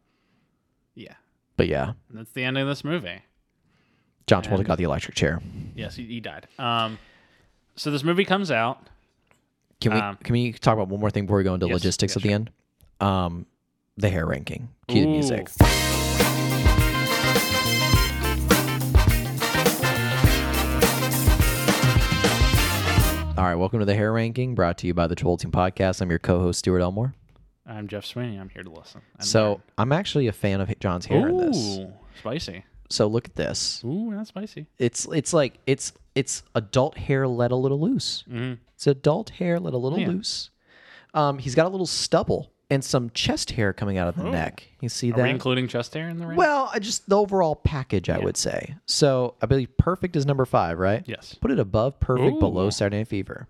Yeah. But yeah, And that's the end of this movie. John Travolta got the electric chair. Yes, he, he died. Um, so this movie comes out. Can we Um, can we talk about one more thing before we go into Yes, logistics yeah, at the end? Um, the hair ranking. Cue the music. Ooh. All right, welcome to the hair ranking, brought to you by the Troll Team Podcast. I'm your co-host Stuart Elmore. I'm Jeff Sweeney. I'm here to listen. I'm so I'm actually a fan of John's hair in this. Ooh, spicy. So look at this. Ooh, that's spicy. It's it's like it's it's adult hair let a little loose. Mm-hmm. It's adult hair let a little loose. Um, he's got a little stubble and some chest hair coming out of Oh. the neck. You see Are we that? including chest hair in the ring? Well, I just the overall package, I would say. So I believe perfect is number five, right? yes. Put it above perfect, Ooh. below Saturday Night Fever.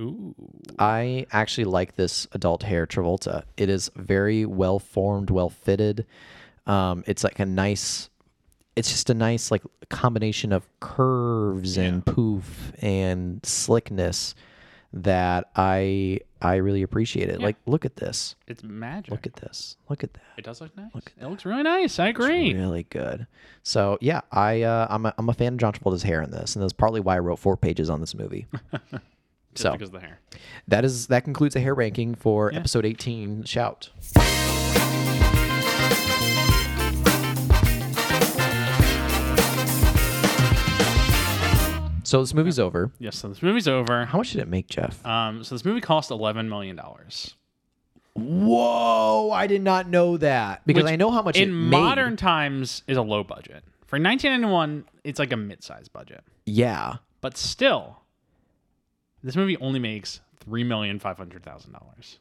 Ooh. I actually like this adult hair Travolta. It is very well formed, well fitted. Um, it's like a nice. It's just a nice like combination of curves and poof and slickness that I I really appreciate it. Like, look at this. It's magic. Look at this. Look at that. it does look nice. it looks really nice. I agree. Really good. So yeah, I uh, I'm a, I'm a fan of John Travolta's hair in this, and that's partly why I wrote four pages on <laughs> this movie. Just so because of the hair. that is that concludes the hair ranking for episode 18. Shout. So this movie's over. Yes. So this movie's over. How much did it make, Jeff? Um, so this movie cost eleven million dollars. Whoa! I did not know that because Which I know how much it in made. modern times is a low budget. For 1991, it's like a mid-sized budget. Yeah, But still, this movie only makes three million five hundred thousand dollars.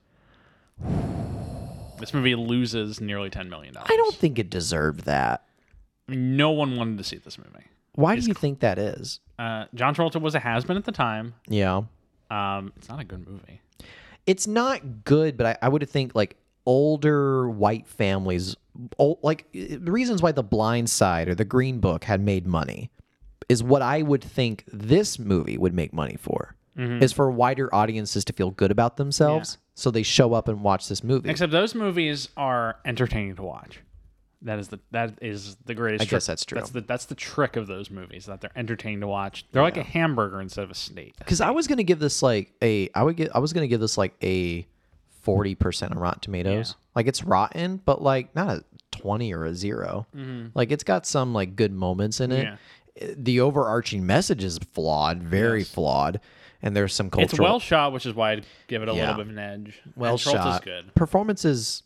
This movie loses nearly ten million dollars. I don't think it deserved that. I mean, no one wanted to see this movie. Why do you think that is? Uh, John Travolta was a has-been at the time. Yeah. Um, it's not a good movie. It's not good, but I, I would think like older white families, old, like eh, the reasons why The Blind Side or The Green Book had made money is what I would think this movie would make money for. Is for wider audiences to feel good about themselves, so they show up and watch this movie. Except those movies are entertaining to watch. That is the that is the greatest. I guess that's true. That's the that's the trick of those movies that they're entertaining to watch. They're like a hamburger instead of a steak. Because I was gonna give this like a, I would get, I was gonna give this like a forty percent on Rotten Tomatoes. Like it's rotten, but like not a twenty or a 0 Like it's got some like good moments in it. Mm-hmm. Yeah. I- The overarching message is flawed, very flawed, and there's some cultural. It's well shot, which is why I'd give it a Yeah. little bit of an edge. And well Travolta's shot. good, Performance is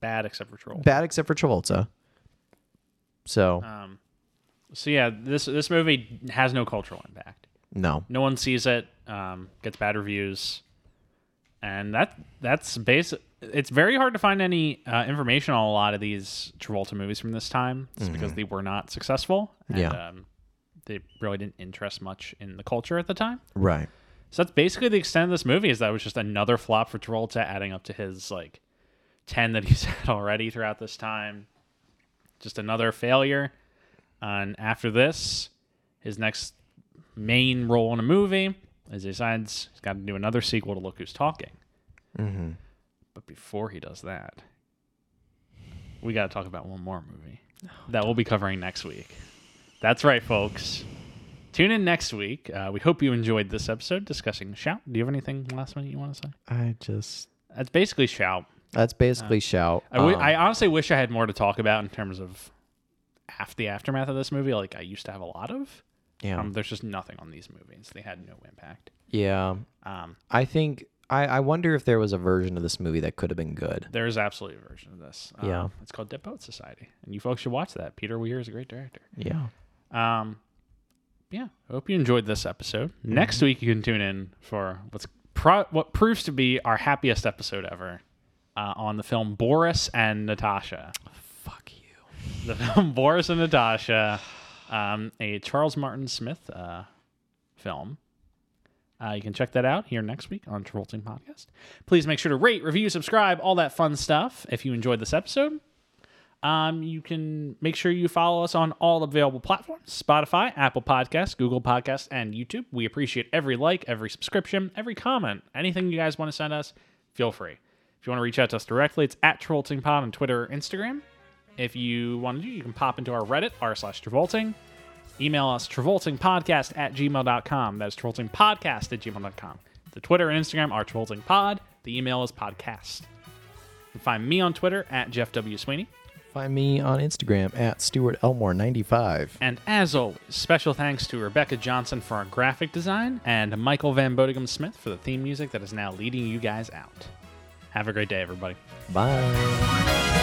bad except for Troll. bad except for Travolta. So Uh. Um, So yeah, this this movie has no cultural impact. no, No one sees it. Um, gets bad reviews, and that that's basic. It's very hard to find any uh, information on a lot of these Travolta movies from this time, just because they were not successful. And, Yeah. Um, they really didn't interest much in the culture at the time. right. So that's basically the extent of this movie. Is that it was just another flop for Travolta, adding up to his like ten that he's <laughs> had already throughout this time. Just another failure. And after this, his next main role in a movie is he decides he's got to do another sequel to Look Who's Talking. But before he does that, we got to talk about one more movie that we'll be covering next week. That's right, folks. Tune in next week. Uh, we hope you enjoyed this episode discussing Shout. Do you have anything last minute you want to say? I just That's basically Shout. that's basically shout. Uh. I wi- Um, I honestly wish I had more to talk about in terms of half the aftermath of this movie, like I used to have a lot of. yeah, Um, there's just nothing on these movies. They had no impact. yeah. Um, I think I, I wonder if there was a version of this movie that could have been good. there is absolutely a version of this. Um, Yeah. It's called Dead Poet Society. And you folks should watch that. Peter Weir is a great director. Yeah. Um, yeah, I hope you enjoyed this episode. Next week, you can tune in for what's pro- what proves to be our happiest episode ever uh, on the film Boris and Natasha. Fuck you. <laughs> The film Boris and Natasha, um, a Charles Martin Smith uh, film Uh, you can check that out here next week on Travolting Podcast. Please make sure to rate, review, subscribe, all that fun stuff. If you enjoyed this episode, um, you can make sure you follow us on all available platforms Spotify, Apple Podcasts, Google Podcasts, and YouTube. We appreciate every like, every subscription, every comment. Anything you guys want to send us, feel free. If you want to reach out to us directly, it's at Travolting Pod on Twitter or Instagram. If you want to do, you can pop into our Reddit, r slash Travolting. Email us travoltingpodcast at gmail.com. That is travoltingpodcast at gmail.com. The Twitter and Instagram are travoltingpod. The email is podcast. You can find me on Twitter at Jeff W. Sweeney. Find me on Instagram at Stuart Elmore 95. And as always, special thanks to Rebecca Johnson for our graphic design and Michael Van Bodigam Smith for the theme music that is now leading you guys out. Have a great day, everybody. Bye.